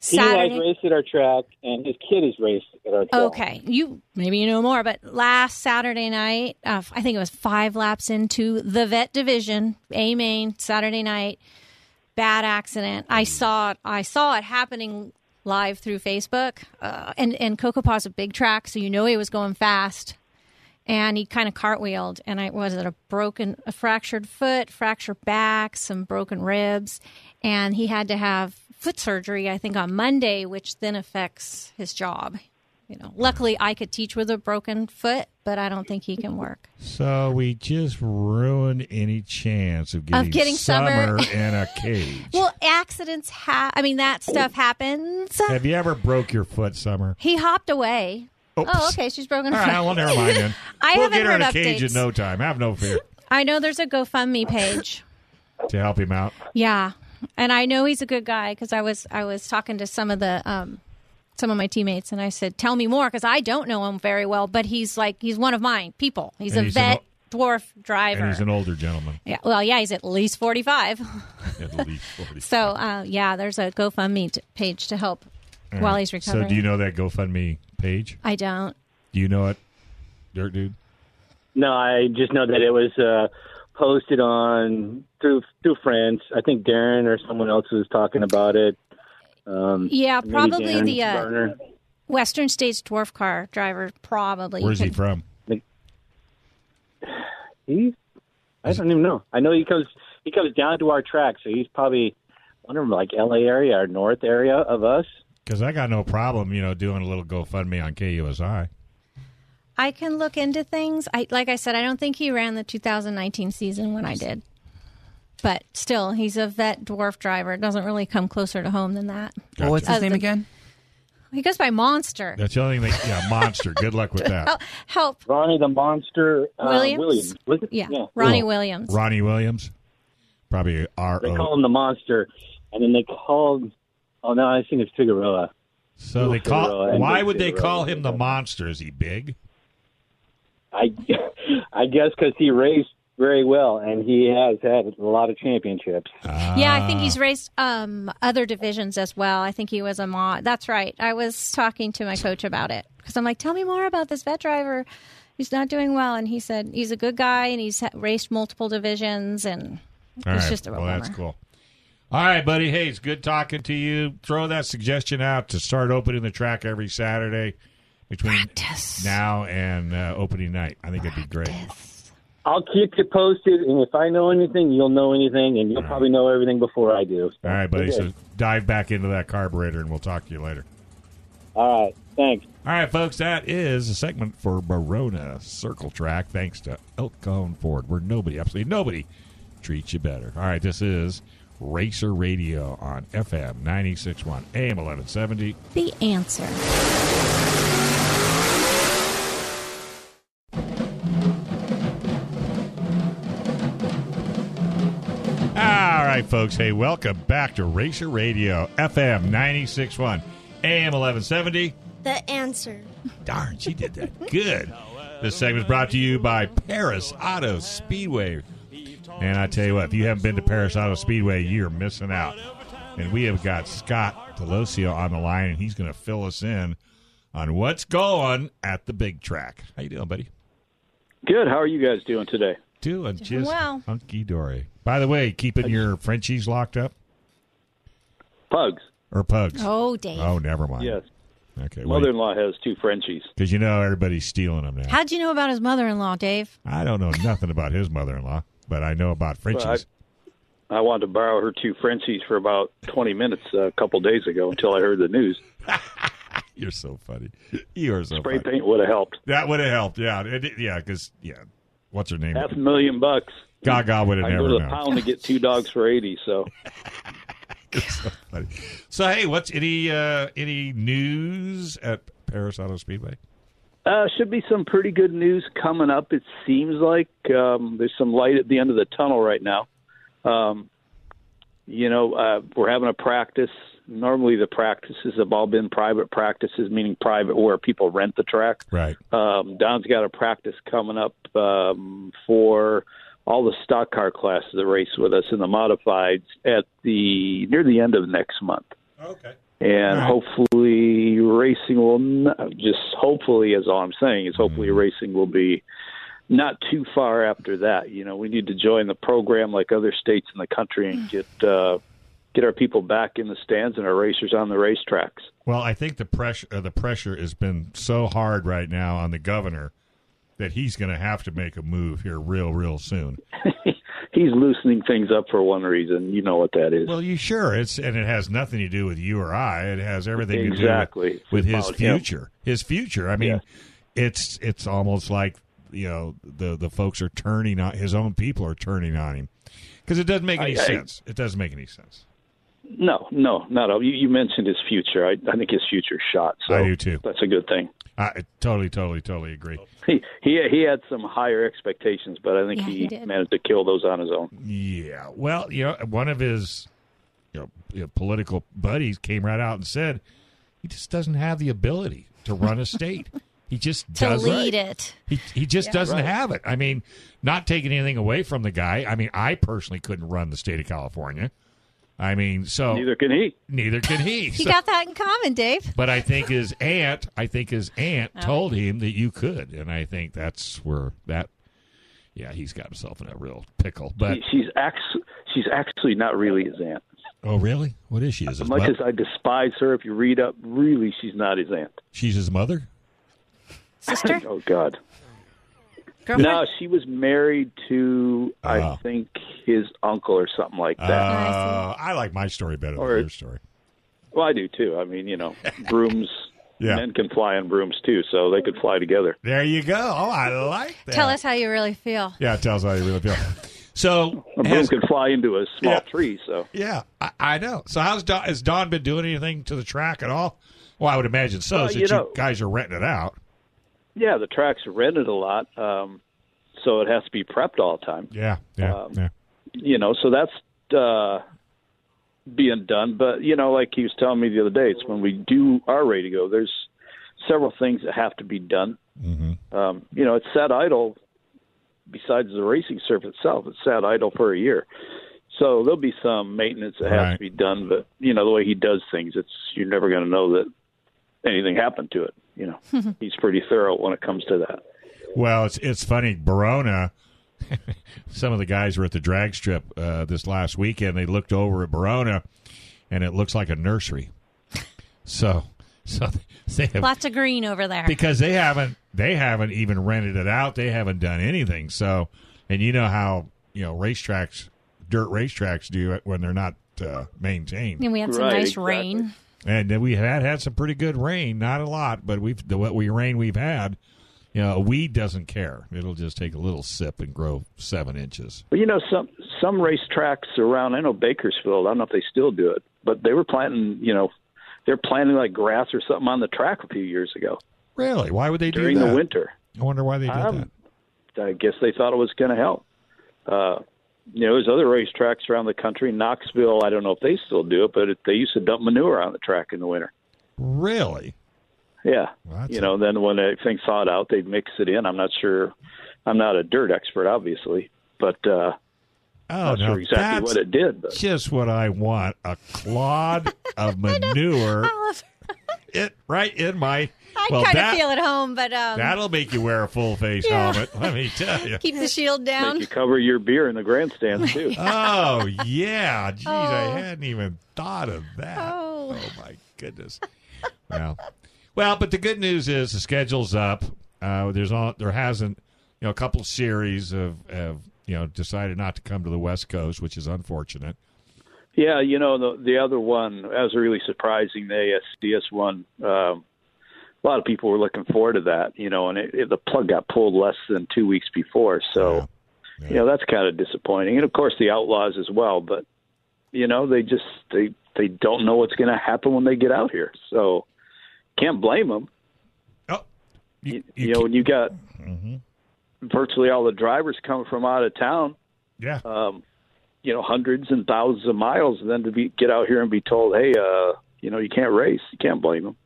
[SPEAKER 7] He
[SPEAKER 3] Saturday.
[SPEAKER 7] has raced at our track, and his kid has raced at our track.
[SPEAKER 3] Okay, you maybe you know more, but last Saturday night, uh, I think it was five laps into the vet division, A main Saturday night, bad accident. I saw it. I saw it happening live through Facebook, uh, and and Cocoa Paw's a big track, so you know he was going fast, and he kind of cartwheeled, and I was it a broken, a fractured foot, fractured back, some broken ribs, and he had to have foot surgery, I think, on Monday, which then affects his job you know, luckily I could teach with a broken foot, but I don't think he can work.
[SPEAKER 2] So we just ruined any chance of getting,
[SPEAKER 3] getting summer. [laughs]
[SPEAKER 2] in a cage.
[SPEAKER 3] [laughs] Well, accidents ha I mean, that stuff happens.
[SPEAKER 2] Have you ever broke your foot, Summer?
[SPEAKER 3] He hopped away. Oh, okay. She's broken.
[SPEAKER 2] All right, well, never mind then.
[SPEAKER 3] [laughs] I
[SPEAKER 2] we'll
[SPEAKER 3] haven't
[SPEAKER 2] get her in a
[SPEAKER 3] heard
[SPEAKER 2] cage in
[SPEAKER 3] updates.
[SPEAKER 2] no time. Have no fear
[SPEAKER 3] I know there's a GoFundMe page.
[SPEAKER 2] to help him out.
[SPEAKER 3] yeah, and I know he's a good guy because I was I was talking to some of the um, some of my teammates, and I said, "Tell me more," because I don't know him very well. But he's like he's one of mine people. He's
[SPEAKER 2] And
[SPEAKER 3] a
[SPEAKER 2] he's an
[SPEAKER 3] vet dwarf driver.
[SPEAKER 2] And he's an older gentleman,
[SPEAKER 3] yeah, well, yeah, he's at least forty five.
[SPEAKER 2] at least 40.
[SPEAKER 3] [laughs] So uh, yeah, there's a GoFundMe t- page to help while he's recovering.
[SPEAKER 2] So do you know that GoFundMe page?
[SPEAKER 3] I don't.
[SPEAKER 2] Do you know it, Dirt Dude?
[SPEAKER 7] No, I just know that it was uh, posted on through through friends. I think Darren or someone else was talking about it. Um,
[SPEAKER 3] Yeah,
[SPEAKER 7] maybe
[SPEAKER 3] probably
[SPEAKER 7] Darren
[SPEAKER 3] the uh,
[SPEAKER 7] Garner.
[SPEAKER 3] Western States dwarf car driver. Probably.
[SPEAKER 2] Where's he from?
[SPEAKER 7] He, I don't even know. I know he comes he comes down to our track, so he's probably I don't know, like L.A. area or North area of us.
[SPEAKER 2] Because I got no problem, you know, doing a little GoFundMe on KUSI.
[SPEAKER 3] I can look into things. I like I said, I don't think he ran the 2019 season when I did, but still, he's a vet dwarf driver. It doesn't really come closer to home than that.
[SPEAKER 8] Oh, what's his
[SPEAKER 3] Uh,
[SPEAKER 8] name
[SPEAKER 3] the-
[SPEAKER 8] again?
[SPEAKER 3] He goes by Monster.
[SPEAKER 2] That's the only thing. That, yeah, monster. Good luck
[SPEAKER 3] [laughs]
[SPEAKER 2] with that.
[SPEAKER 3] Help,
[SPEAKER 7] Ronnie the Monster uh,
[SPEAKER 3] Williams?
[SPEAKER 7] Williams. Was it?
[SPEAKER 3] yeah, Ronnie
[SPEAKER 2] Oh,
[SPEAKER 3] Williams.
[SPEAKER 2] Ronnie Williams. Probably R
[SPEAKER 7] They call
[SPEAKER 2] O.
[SPEAKER 7] him the Monster, and then they called. Oh no, I think it's Figueroa.
[SPEAKER 2] So they
[SPEAKER 7] Figueroa
[SPEAKER 2] call.
[SPEAKER 7] and
[SPEAKER 2] Why would they
[SPEAKER 7] Figueroa.
[SPEAKER 2] call him the monster? Is he big?
[SPEAKER 7] I, [laughs] I guess because he raced very well, and he has had a lot of championships.
[SPEAKER 3] Yeah, I think he's raced um, other divisions as well. I think he was a mod. That's right. I was talking to my coach about it because I'm like, tell me more about this vet driver. He's not doing well, and he said he's a good guy and he's ha- raced multiple divisions and
[SPEAKER 2] All
[SPEAKER 3] it's
[SPEAKER 2] right.
[SPEAKER 3] just a real
[SPEAKER 2] well, that's
[SPEAKER 3] bummer.
[SPEAKER 2] cool. All right, buddy. Hey, it's good talking to you. Throw that suggestion out to start opening the track every Saturday between now and uh, opening night. I think it'd be great.
[SPEAKER 7] I'll keep you posted, and if I know anything, you'll know anything, and you'll probably know everything before I do.
[SPEAKER 2] All right, buddy. So dive back into that carburetor, and we'll talk to you later.
[SPEAKER 7] All right, thanks.
[SPEAKER 2] All right, folks, that is a segment for Barona Circle Track. Thanks to Elk Cone Ford, where nobody, absolutely nobody, treats you better. All right, this is Racer Radio on FM 96.1 AM 1170.
[SPEAKER 3] The answer.
[SPEAKER 2] All right, folks. Hey, welcome back to Racer Radio FM 96.1 AM 1170.
[SPEAKER 5] The answer.
[SPEAKER 2] Darn, she did that. Good. This segment is brought to you by Paris Auto Speedway. And I tell you what, if you haven't been to Paris Auto Speedway, you're missing out. And we have got Scott Delosio on the line, and he's going to fill us in on what's going at the big track. How you doing, buddy?
[SPEAKER 9] Good. How are you guys doing today?
[SPEAKER 2] Doing just
[SPEAKER 3] well.
[SPEAKER 2] hunky dory. By the way, keeping your Frenchies locked up
[SPEAKER 9] Pugs.
[SPEAKER 2] or pugs?
[SPEAKER 3] Oh, Dave.
[SPEAKER 2] Oh, never mind.
[SPEAKER 9] Yes.
[SPEAKER 2] Okay.
[SPEAKER 9] Mother in law has two Frenchies.
[SPEAKER 2] Because you know everybody's stealing them now.
[SPEAKER 3] How'd you know about his mother-in-law, Dave?
[SPEAKER 2] I don't know nothing about his mother-in-law, but I know about Frenchies.
[SPEAKER 9] Well, I wanted to borrow her two Frenchies for about 20 minutes uh, a couple days ago until I heard the news.
[SPEAKER 2] [laughs] You're so funny. You are so
[SPEAKER 9] Spray
[SPEAKER 2] funny.
[SPEAKER 9] paint would have helped.
[SPEAKER 2] That would have helped. Yeah, it, yeah, because yeah, what's her name?
[SPEAKER 9] Half a million bucks.
[SPEAKER 2] Gaga would have
[SPEAKER 9] I go
[SPEAKER 2] never
[SPEAKER 9] to the
[SPEAKER 2] known.
[SPEAKER 9] pound to get two dogs for 80 so
[SPEAKER 2] [laughs] Funny. So hey, what's any uh any news at Paris Auto Speedway?
[SPEAKER 9] uh, should be some pretty good news coming up it seems like um, there's some light at the end of the tunnel right now um, you know uh, we're having a practice normally the practices have all been private practices meaning private where people rent the track
[SPEAKER 2] Right.
[SPEAKER 9] Um, Don's got a practice coming up um, for all the stock car classes that race with us in the modifieds at the near the end of next month.
[SPEAKER 2] Okay.
[SPEAKER 9] And
[SPEAKER 2] All right.
[SPEAKER 9] hopefully, racing will not, just hopefully is all I'm saying is hopefully
[SPEAKER 2] Mm-hmm.
[SPEAKER 9] racing will be not too far after that. You know, we need to join the program like other states in the country
[SPEAKER 2] Mm.
[SPEAKER 9] and get uh, get our people back in the stands and our racers on the racetracks.
[SPEAKER 2] Well, I think the pressure uh, the pressure has been so hard right now on the governor that he's going to have to make a move here real real soon.
[SPEAKER 4] he's loosening things up for one reason. You know what that is.
[SPEAKER 2] Well, you sure it's and it has nothing to do with you or I. It has everything
[SPEAKER 4] Exactly.
[SPEAKER 2] to do
[SPEAKER 4] It's
[SPEAKER 2] with, with his
[SPEAKER 4] about him.
[SPEAKER 2] future. His future. I mean, it's it's almost like you know the the folks are turning on his own people are turning on him because it doesn't make any
[SPEAKER 4] I- I-
[SPEAKER 2] sense. It doesn't make any sense.
[SPEAKER 4] No, no, not all. You, you mentioned his future. I, I think his future's shot. So
[SPEAKER 2] I do too.
[SPEAKER 4] That's a good thing.
[SPEAKER 2] I I totally, totally, totally agree.
[SPEAKER 4] He he he had some higher expectations, but I think
[SPEAKER 3] Yeah, he
[SPEAKER 4] he,
[SPEAKER 3] did.
[SPEAKER 4] managed to kill those on his own.
[SPEAKER 2] Yeah. Well, you know, one of his you know, you know, political buddies came right out and said he just doesn't have the ability to run a state. He just
[SPEAKER 3] to
[SPEAKER 2] doesn't.
[SPEAKER 3] lead it.
[SPEAKER 2] He he just doesn't have it. I mean, not taking anything away from the guy. I mean, I personally couldn't run the state of California. I mean, so neither,
[SPEAKER 4] Neither can he.
[SPEAKER 2] can
[SPEAKER 3] [laughs]
[SPEAKER 2] he.
[SPEAKER 3] You
[SPEAKER 2] So-
[SPEAKER 3] got that in common, Dave.
[SPEAKER 2] but I think his aunt, I think his aunt
[SPEAKER 3] Oh.
[SPEAKER 2] told him that you could, and I think that's where that. Yeah, he's got himself in a real pickle. But
[SPEAKER 4] He- she's actually she's actually not really his aunt.
[SPEAKER 2] oh, really? What is she? Is
[SPEAKER 4] As
[SPEAKER 2] his
[SPEAKER 4] much
[SPEAKER 2] mo-
[SPEAKER 4] as I despise her, if you read up, really, she's not his aunt.
[SPEAKER 2] she's his mother?
[SPEAKER 3] Sister,
[SPEAKER 4] Oh God.
[SPEAKER 3] girlfriend.
[SPEAKER 4] No, she was married to
[SPEAKER 2] Oh.
[SPEAKER 4] I think his uncle or something like that.
[SPEAKER 2] Uh, I like my story better
[SPEAKER 4] Or-
[SPEAKER 2] than your story.
[SPEAKER 4] Well, I do too. I mean,
[SPEAKER 2] [laughs]
[SPEAKER 4] you know, brooms.
[SPEAKER 2] Yeah.
[SPEAKER 4] Men can fly on brooms too, so they could fly together.
[SPEAKER 2] There you go. Oh, I like that.
[SPEAKER 3] [laughs] Tell us how you really feel.
[SPEAKER 2] Yeah, tell us how you really feel. So,
[SPEAKER 4] A broom
[SPEAKER 2] has-
[SPEAKER 4] can fly into a small
[SPEAKER 2] Yeah.
[SPEAKER 4] tree, so
[SPEAKER 2] yeah, I, I know. So, how's Don, has Don been doing anything to the track at all? Well, I would imagine so,
[SPEAKER 4] Well,
[SPEAKER 2] since
[SPEAKER 4] you
[SPEAKER 2] you,
[SPEAKER 4] know-
[SPEAKER 2] guys are renting it out.
[SPEAKER 4] yeah, the track's rented a lot, um, so it has to be prepped all the time.
[SPEAKER 2] Yeah, yeah,
[SPEAKER 4] Um,
[SPEAKER 2] yeah.
[SPEAKER 4] You know, so that's uh, being done. But you know, like he was telling me the other day, it's when we do our radio. There's several things that have to be done. Mm-hmm. Um, you know, it's sat idle. Besides the racing surf itself, it's sat idle for a year. So there'll be some maintenance that has
[SPEAKER 2] Right.
[SPEAKER 4] to be done. But you know, the way he does things, it's you're never going to know that anything happened to it. You know, he's pretty thorough when it comes to that.
[SPEAKER 2] Well, it's it's funny. Barona, [laughs] some of the guys were at the drag strip uh, this last weekend. They looked over at Barona, and it looks like a nursery. [laughs] So, so [laughs] they have
[SPEAKER 3] Lots of green over there.
[SPEAKER 2] because they haven't they haven't even rented it out. They haven't done anything. So, and you know how you know racetracks, dirt racetracks do it when they're not uh, maintained.
[SPEAKER 3] and we had some
[SPEAKER 4] Right,
[SPEAKER 3] nice
[SPEAKER 4] exactly.
[SPEAKER 3] rain.
[SPEAKER 2] And then we had had some pretty good rain. Not a lot, but we've the what we rain we've had. You know, a weed doesn't care. It'll just take a little sip and grow seven inches.
[SPEAKER 4] But you know, some some racetracks around. I know Bakersfield. I don't know if they still do it, but they were planting. You know, they're planting like grass or something on the track a few years ago
[SPEAKER 2] Really? Why would they
[SPEAKER 4] during
[SPEAKER 2] do that?
[SPEAKER 4] the winter.
[SPEAKER 2] I wonder why they did
[SPEAKER 4] Um,
[SPEAKER 2] that.
[SPEAKER 4] I guess they thought it was going to help. Uh, you know, there's other racetracks around the country. Knoxville. I don't know if they still do it, but it, they used to dump manure on the track in the winter.
[SPEAKER 2] Really?
[SPEAKER 4] Yeah.
[SPEAKER 2] Well, that's
[SPEAKER 4] you know, then when everything thawed out, they'd mix it in. I'm not sure. I'm not a dirt expert, obviously, but uh,
[SPEAKER 2] Oh
[SPEAKER 4] not
[SPEAKER 2] no!
[SPEAKER 4] sure exactly
[SPEAKER 2] that's
[SPEAKER 4] what it did. But
[SPEAKER 2] just what I want. A
[SPEAKER 4] [laughs]
[SPEAKER 2] clod of manure.
[SPEAKER 3] Oliver,
[SPEAKER 2] it right in my.
[SPEAKER 3] I
[SPEAKER 2] well,
[SPEAKER 3] kind
[SPEAKER 2] that,
[SPEAKER 3] of feel at home, but um,
[SPEAKER 2] That'll make you wear a full face
[SPEAKER 3] Yeah.
[SPEAKER 2] helmet. Let me tell
[SPEAKER 3] [laughs]
[SPEAKER 2] you.
[SPEAKER 3] keep the shield
[SPEAKER 4] make
[SPEAKER 3] down.
[SPEAKER 4] you cover your beer in the grandstands too.
[SPEAKER 2] Oh yeah, geez, I
[SPEAKER 3] Oh.
[SPEAKER 2] hadn't even thought of that.
[SPEAKER 3] Oh.
[SPEAKER 2] my goodness. well, well, but the good news is the schedule's up. Uh, there's all there hasn't you know a couple series of have you know decided not to come to the West Coast, which is unfortunate.
[SPEAKER 4] Yeah, you know the the other one that was really surprising. The ASDS one. Um, a lot of people were looking forward to that, you know, and it, it, the plug got pulled less than two weeks before. So,
[SPEAKER 2] Yeah.
[SPEAKER 4] you know, that's kind of disappointing. And of course, the Outlaws as well. But you know, they just they they don't know what's going to happen when they get out here. So, can't blame them.
[SPEAKER 2] Oh, you,
[SPEAKER 4] You,
[SPEAKER 2] you
[SPEAKER 4] you know,
[SPEAKER 2] keep-
[SPEAKER 4] when you got virtually all the drivers coming from out of town,
[SPEAKER 2] yeah,
[SPEAKER 4] um, you know, hundreds and thousands of miles, and then to be get out here and be told, hey, uh, you know, you can't race. You can't blame them.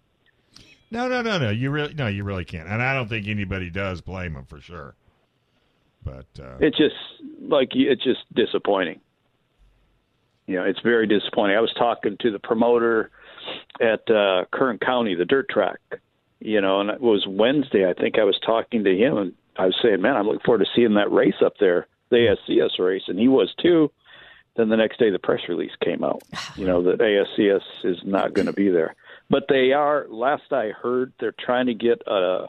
[SPEAKER 2] no, no, no, no. You really, no, you really can't, and I don't think anybody does blame them for sure. But uh,
[SPEAKER 4] It's just like it's just disappointing. You know, it's very disappointing. I was talking to the promoter at uh, Kern County, the dirt track. You know, and it was Wednesday. I think I was talking to him, and I was saying, "Man, I'm looking forward to seeing that race up there, the ASCS race," and he was too. Then the next day, the press release came out. You know that ASCS is not going to be there, but they are. Last I heard, they're trying to get uh, a.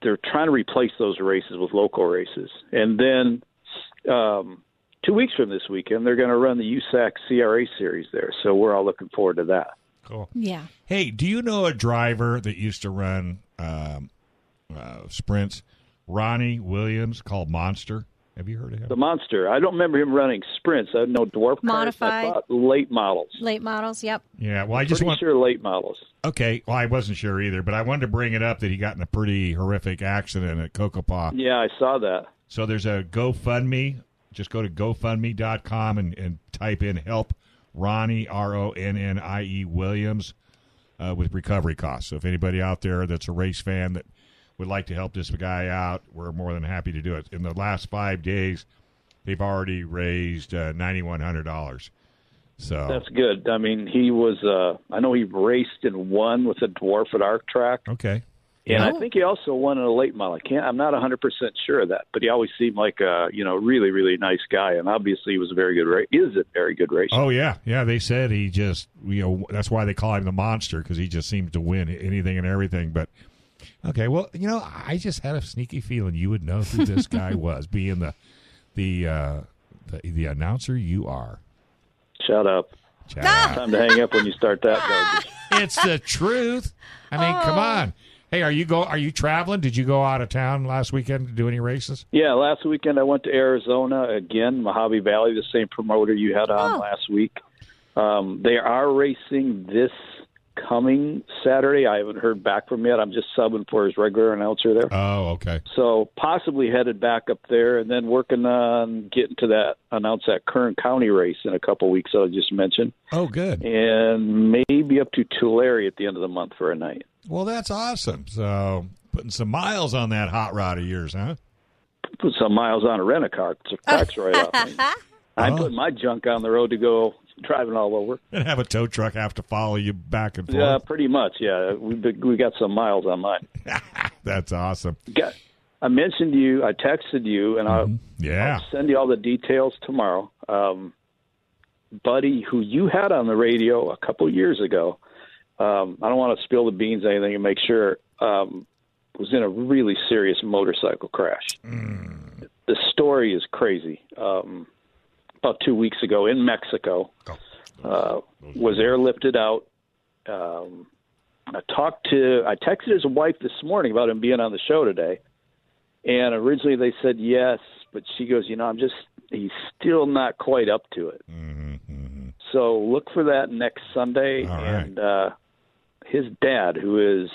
[SPEAKER 4] They're trying to replace those races with local races, and then um,
[SPEAKER 7] two weeks from this weekend, they're going to run the USAC CRA series there. So we're all looking forward to that.
[SPEAKER 2] Cool.
[SPEAKER 3] Yeah.
[SPEAKER 2] Hey, do you know a driver that used to run um, uh, sprints? Ronnie Williams called Monster. Have you heard of him?
[SPEAKER 7] The monster. I don't remember him running sprints. I know dwarf cars. I
[SPEAKER 3] Modified.
[SPEAKER 7] thought late models.
[SPEAKER 3] Late models. Yep.
[SPEAKER 2] yeah. Well, I just
[SPEAKER 7] Pretty
[SPEAKER 2] want.
[SPEAKER 7] sure late models.
[SPEAKER 2] Okay. Well, I wasn't sure either, but I wanted to bring it up that he got in a pretty horrific accident at Kokopah.
[SPEAKER 7] Yeah, I saw that.
[SPEAKER 2] So there's a GoFundMe. Just go to GoFundMe.com and, and type in help Ronnie R O N N I E Williams uh, with recovery costs. So if anybody out there that's a race fan that would like to help this guy out, we're more than happy to do it. In the last five days, they've already raised uh, ninety one hundred dollars. So
[SPEAKER 7] That's good. I mean, he was. Uh, I know he raced and won with a dwarf at our track,
[SPEAKER 2] okay.
[SPEAKER 7] and
[SPEAKER 3] Oh.
[SPEAKER 7] I think he also won in a late model. I can't. I'm not 100 percent sure of that, but he always seemed like a you know really really nice guy, and obviously he was a very good race. Is a very good racer.
[SPEAKER 2] Oh yeah, yeah. They said he just you know that's why they call him the monster because he just seems to win anything and everything. But okay, well you know I just had a sneaky feeling you would know who this [laughs] guy was, being the the uh, the, the announcer you are.
[SPEAKER 7] Shut up.
[SPEAKER 2] Chad.
[SPEAKER 7] Time to hang up when you start that. garbage.
[SPEAKER 2] it's the truth. I mean, come on. Hey, are you go? Are you traveling? Did you go out of town last weekend to do any races?
[SPEAKER 7] yeah, last weekend I went to Arizona again, Mojave Valley, the same promoter you had on
[SPEAKER 3] Oh.
[SPEAKER 7] last week. Um, they are racing this coming Saturday. I haven't heard back from him yet. I'm just subbing for his regular announcer there.
[SPEAKER 2] Oh, okay.
[SPEAKER 7] So possibly headed back up there, and then working on getting to that announce that Kern County race in a couple weeks that I just mentioned,
[SPEAKER 2] Oh, good.
[SPEAKER 7] and maybe up to Tulare at the end of the month for a night.
[SPEAKER 2] Well, that's awesome. So putting some miles on that hot rod of yours, huh?
[SPEAKER 7] Put some miles on a rent a car. It's a tax write off. I mean, I
[SPEAKER 2] Oh,
[SPEAKER 7] put my junk on the road to go driving all over.
[SPEAKER 2] [laughs] and have a tow truck have to follow you back and forth.
[SPEAKER 7] Yeah, pretty much. Yeah, we we got some miles on mine.
[SPEAKER 2] That's awesome.
[SPEAKER 7] Got, I mentioned you. I texted you, and I
[SPEAKER 2] Yeah.
[SPEAKER 7] I'll send you all the details tomorrow. Um, buddy, who you had on the radio a couple years ago, um, I don't want to spill the beans or anything and make sure, um, was in a really serious motorcycle crash. The story is crazy. Um, about two weeks ago in Mexico,
[SPEAKER 2] Oh.
[SPEAKER 7] uh, was airlifted out. Um, I talked to, I texted his wife this morning about him being on the show today. And originally they said yes, but she goes, you know, I'm just, he's still not quite up to it. So look for that next Sunday.
[SPEAKER 2] Mm-hmm. All right.
[SPEAKER 7] and uh, his dad, who is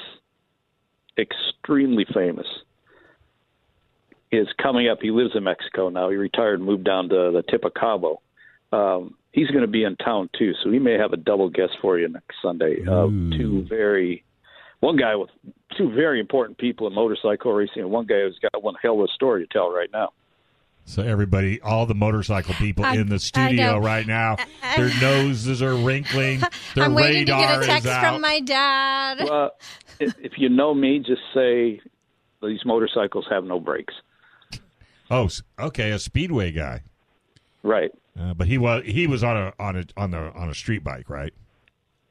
[SPEAKER 7] extremely famous, is coming up. He lives in Mexico now. He retired and moved down to the tip of Cabo. Um, he's going to be in town too, so he may have a double guest for you next Sunday. Uh, two very, one guy with two very important people in motorcycle racing, and one guy who's got one hell of a story to tell right now.
[SPEAKER 2] So everybody, all the motorcycle people
[SPEAKER 3] I-
[SPEAKER 2] in the
[SPEAKER 3] I
[SPEAKER 2] studio
[SPEAKER 3] know.
[SPEAKER 2] right now, their noses are wrinkling. Their
[SPEAKER 3] [laughs] I'm waiting to
[SPEAKER 2] radar
[SPEAKER 3] get a text
[SPEAKER 2] is out.
[SPEAKER 3] from my dad.
[SPEAKER 7] Uh, if, if you know me, just say these motorcycles have no brakes.
[SPEAKER 2] oh, s- okay, a speedway guy,
[SPEAKER 7] Right.
[SPEAKER 2] uh, but he was he was on a on a on the on a street bike, right?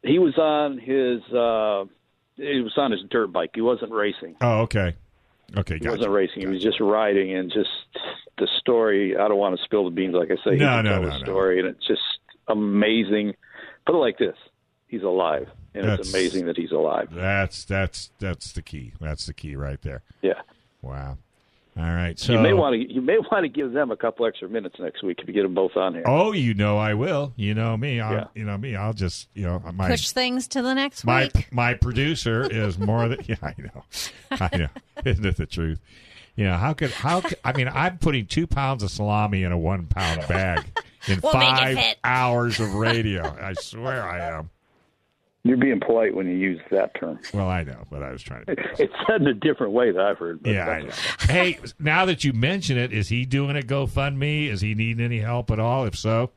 [SPEAKER 7] He was on his. Uh, he was on his dirt bike. He wasn't racing.
[SPEAKER 2] Oh, okay, okay,
[SPEAKER 7] He
[SPEAKER 2] gotcha.
[SPEAKER 7] wasn't racing. He was just riding, and just the story. I don't want to spill the beans, like I say. he
[SPEAKER 2] No,
[SPEAKER 7] can
[SPEAKER 2] no,
[SPEAKER 7] tell
[SPEAKER 2] no,
[SPEAKER 7] the
[SPEAKER 2] no.
[SPEAKER 7] story, and it's just amazing. Put it like this: he's alive, and
[SPEAKER 2] That's-
[SPEAKER 7] it's amazing that he's alive.
[SPEAKER 2] That's that's that's the key. That's the key right there.
[SPEAKER 7] Yeah,
[SPEAKER 2] Wow. All right, so
[SPEAKER 7] you may want to. You may want to give them a couple extra minutes next week if you get them both on here.
[SPEAKER 2] Oh, you know I will. You know me. I'll,
[SPEAKER 7] Yeah.
[SPEAKER 2] You know me. I'll just you know my
[SPEAKER 3] [laughs] Push things to the next
[SPEAKER 2] my
[SPEAKER 3] week.
[SPEAKER 2] my producer is more than [laughs] yeah i know i know [laughs] isn't it the truth you know how could how could, i mean i'm putting two pounds of salami in a one pound bag in
[SPEAKER 3] We'll make it
[SPEAKER 2] five
[SPEAKER 3] fit.
[SPEAKER 2] hours of radio i swear i am
[SPEAKER 7] You're being polite when you use that term.
[SPEAKER 2] well i know but i was trying to
[SPEAKER 7] It's said in a different way that I've heard. But
[SPEAKER 2] yeah I know. hey now that you mention it is he doing a gofundme is he needing any help at all if so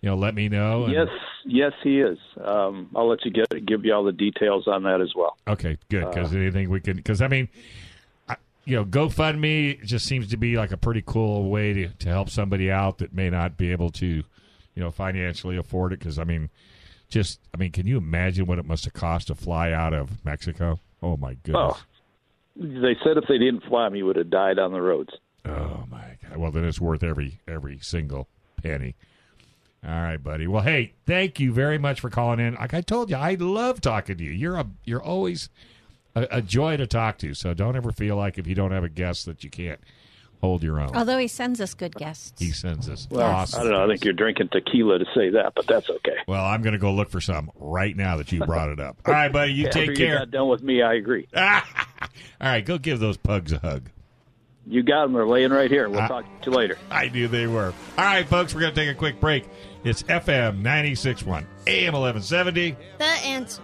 [SPEAKER 2] you know let me know and-
[SPEAKER 7] Yes, yes, he is. Um, I'll let you get give you all the details on that as well.
[SPEAKER 2] Okay, good. Because anything we can, because I mean, I, you know, GoFundMe just seems to be like a pretty cool way to, to help somebody out that may not be able to, you know, financially afford it. Because I mean, just I mean, can you imagine what it must have cost to fly out of Mexico? Oh my goodness.
[SPEAKER 7] Oh. They said if they didn't fly him, he would have died on the roads.
[SPEAKER 2] Oh, my god. Well, then it's worth every every single penny. All right, buddy. Well, hey, thank you very much for calling in. Like I told you, I love talking to you. You're a you're always a, a joy to talk to. So don't ever feel like if you don't have a guest that you can't hold your own.
[SPEAKER 3] Although he sends us good guests.
[SPEAKER 2] He sends us
[SPEAKER 9] Well,
[SPEAKER 2] awesome.
[SPEAKER 9] I don't know. I think you're drinking tequila to say that, but that's okay.
[SPEAKER 2] Well, I'm going to go look for some right now that you brought it up. All right,
[SPEAKER 9] [laughs]
[SPEAKER 2] buddy. You
[SPEAKER 9] After
[SPEAKER 2] take
[SPEAKER 9] You
[SPEAKER 2] care. Uh,
[SPEAKER 9] got done with me. I agree.
[SPEAKER 2] All right, go give those pugs a hug.
[SPEAKER 9] You got them. They're laying right here. We'll
[SPEAKER 2] Uh,
[SPEAKER 9] talk to you later.
[SPEAKER 2] I knew they were. All right, folks, we're going to take a quick break. It's FM 96.1, AM 1170.
[SPEAKER 5] The answer.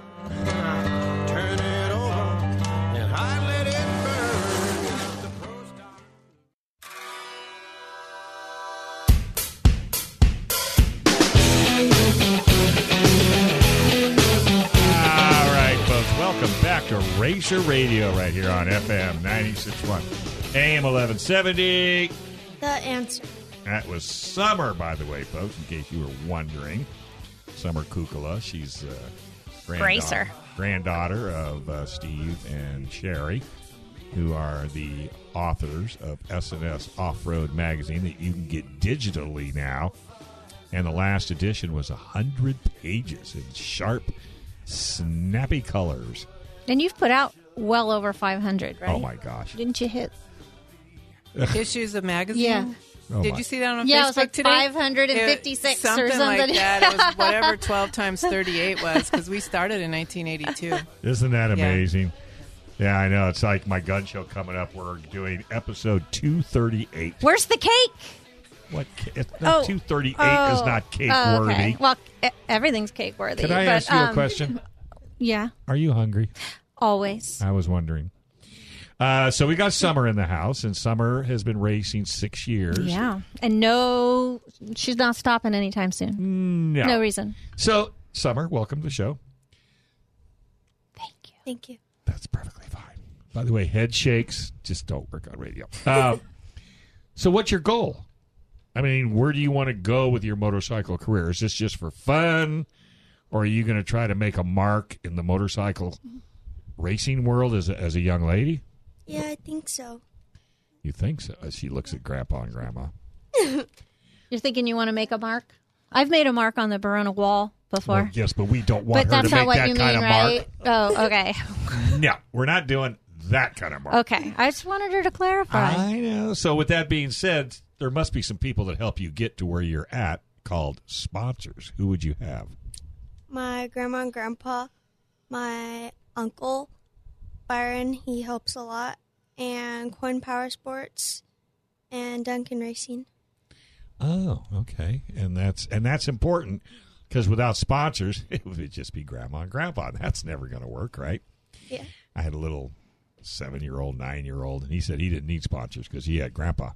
[SPEAKER 2] All right, folks, welcome back to Racer Radio right here on FM 96.1, AM 1170.
[SPEAKER 5] The answer.
[SPEAKER 2] That was Summer, by the way, folks, in case you were wondering. Summer Kukula. She's uh, granddaughter,
[SPEAKER 3] Racer.
[SPEAKER 2] granddaughter of uh, Steve and Sherry, who are the authors of SNS Off-Road Magazine that you can get digitally now. And the last edition was 100 pages in sharp, snappy colors.
[SPEAKER 3] And you've put out well over 500, right?
[SPEAKER 2] Oh, my gosh.
[SPEAKER 3] Didn't you hit?
[SPEAKER 6] Issues of magazine.
[SPEAKER 3] Yeah.
[SPEAKER 2] Oh
[SPEAKER 6] Did
[SPEAKER 2] my-
[SPEAKER 6] you see that on
[SPEAKER 3] Yeah, it
[SPEAKER 6] Facebook
[SPEAKER 3] was like
[SPEAKER 6] today?
[SPEAKER 3] 556 or
[SPEAKER 6] something like
[SPEAKER 3] something.
[SPEAKER 6] that.
[SPEAKER 3] [laughs]
[SPEAKER 6] It was whatever 12 times 38 was because we started in 1982.
[SPEAKER 2] Isn't that
[SPEAKER 6] Yeah.
[SPEAKER 2] amazing? Yeah, I know. It's like my gun show coming up. We're doing episode 238.
[SPEAKER 3] Where's the cake?
[SPEAKER 2] What? ca- It's not
[SPEAKER 3] Oh.
[SPEAKER 2] 238 is
[SPEAKER 3] Oh.
[SPEAKER 2] not cake
[SPEAKER 3] Oh,
[SPEAKER 2] worthy.
[SPEAKER 3] okay. Well, e- everything's cake worthy.
[SPEAKER 2] Can I
[SPEAKER 3] but,
[SPEAKER 2] ask you a
[SPEAKER 3] um,
[SPEAKER 2] question?
[SPEAKER 3] [laughs] Yeah,
[SPEAKER 2] Are you hungry?
[SPEAKER 3] always.
[SPEAKER 2] I was wondering. Uh, so we got Summer in the house, and Summer has been racing six years.
[SPEAKER 3] Yeah. And no, she's not stopping anytime soon.
[SPEAKER 2] No.
[SPEAKER 3] No reason.
[SPEAKER 2] So, Summer, welcome to the show.
[SPEAKER 3] Thank you.
[SPEAKER 5] Thank you.
[SPEAKER 2] That's perfectly fine. By the way, head shakes just don't work on [laughs] radio. Um, so, what's your goal? I mean, where do you want to go with your motorcycle career? Is this just for fun, or are you going to try to make a mark in the motorcycle racing world as a, as a young lady?
[SPEAKER 5] Yeah, I think so.
[SPEAKER 2] You think so? As she looks at Grandpa and Grandma.
[SPEAKER 3] You're thinking you want to make a mark? I've made a mark on the Verona wall before.
[SPEAKER 2] Well, yes, but we don't want
[SPEAKER 3] but
[SPEAKER 2] her
[SPEAKER 3] that's
[SPEAKER 2] to
[SPEAKER 3] not
[SPEAKER 2] make
[SPEAKER 3] what
[SPEAKER 2] that
[SPEAKER 3] you
[SPEAKER 2] kind
[SPEAKER 3] mean,
[SPEAKER 2] of
[SPEAKER 3] right? Oh, okay.
[SPEAKER 2] mark. No, we're not doing that kind of mark.
[SPEAKER 3] Okay. I just wanted her to clarify.
[SPEAKER 2] I know. So, with that being said, there must be some people that help you get to where you're at called sponsors. Who would you have?
[SPEAKER 5] My grandma and grandpa, my uncle, Byron, he helps a lot, and Coin Power Sports, and Duncan Racing.
[SPEAKER 2] Oh, okay. And that's and that's important because without sponsors, [laughs] it would just be grandma and grandpa. And that's never going to work, right?
[SPEAKER 5] Yeah.
[SPEAKER 2] I had a little seven-year-old, nine-year-old, and he said he didn't need sponsors because he had grandpa.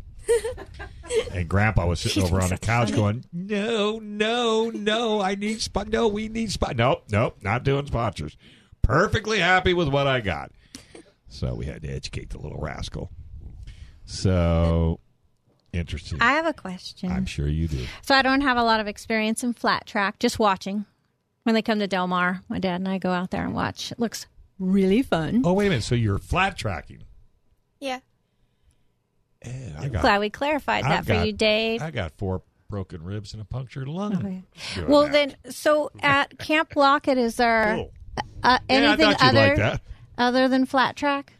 [SPEAKER 2] and grandpa was sitting over on the couch going, "No, no, no! I need spot. No, we need spot. Nope, nope, not doing sponsors. Perfectly happy with what I got." So we had to educate the little rascal. So interesting.
[SPEAKER 3] I have a question.
[SPEAKER 2] I'm sure you do.
[SPEAKER 3] So I don't have a lot of experience in flat track, just watching. When they come to Del Mar, my dad and I go out there and watch. It looks really fun.
[SPEAKER 2] Oh, wait a minute. So you're flat tracking. Eh,
[SPEAKER 5] Yeah.
[SPEAKER 2] I got,
[SPEAKER 3] Glad we clarified that
[SPEAKER 2] I've
[SPEAKER 3] for
[SPEAKER 2] got-
[SPEAKER 3] you, Dave.
[SPEAKER 2] I got four broken ribs and a punctured lung.
[SPEAKER 3] Okay.
[SPEAKER 2] doing
[SPEAKER 3] Well,
[SPEAKER 2] that.
[SPEAKER 3] then, so
[SPEAKER 2] [laughs]
[SPEAKER 3] at Camp Lockett, is there
[SPEAKER 2] Cool.
[SPEAKER 3] uh,
[SPEAKER 2] Yeah, I
[SPEAKER 3] anything
[SPEAKER 2] thought you'd
[SPEAKER 3] other
[SPEAKER 2] like that.
[SPEAKER 3] other than flat track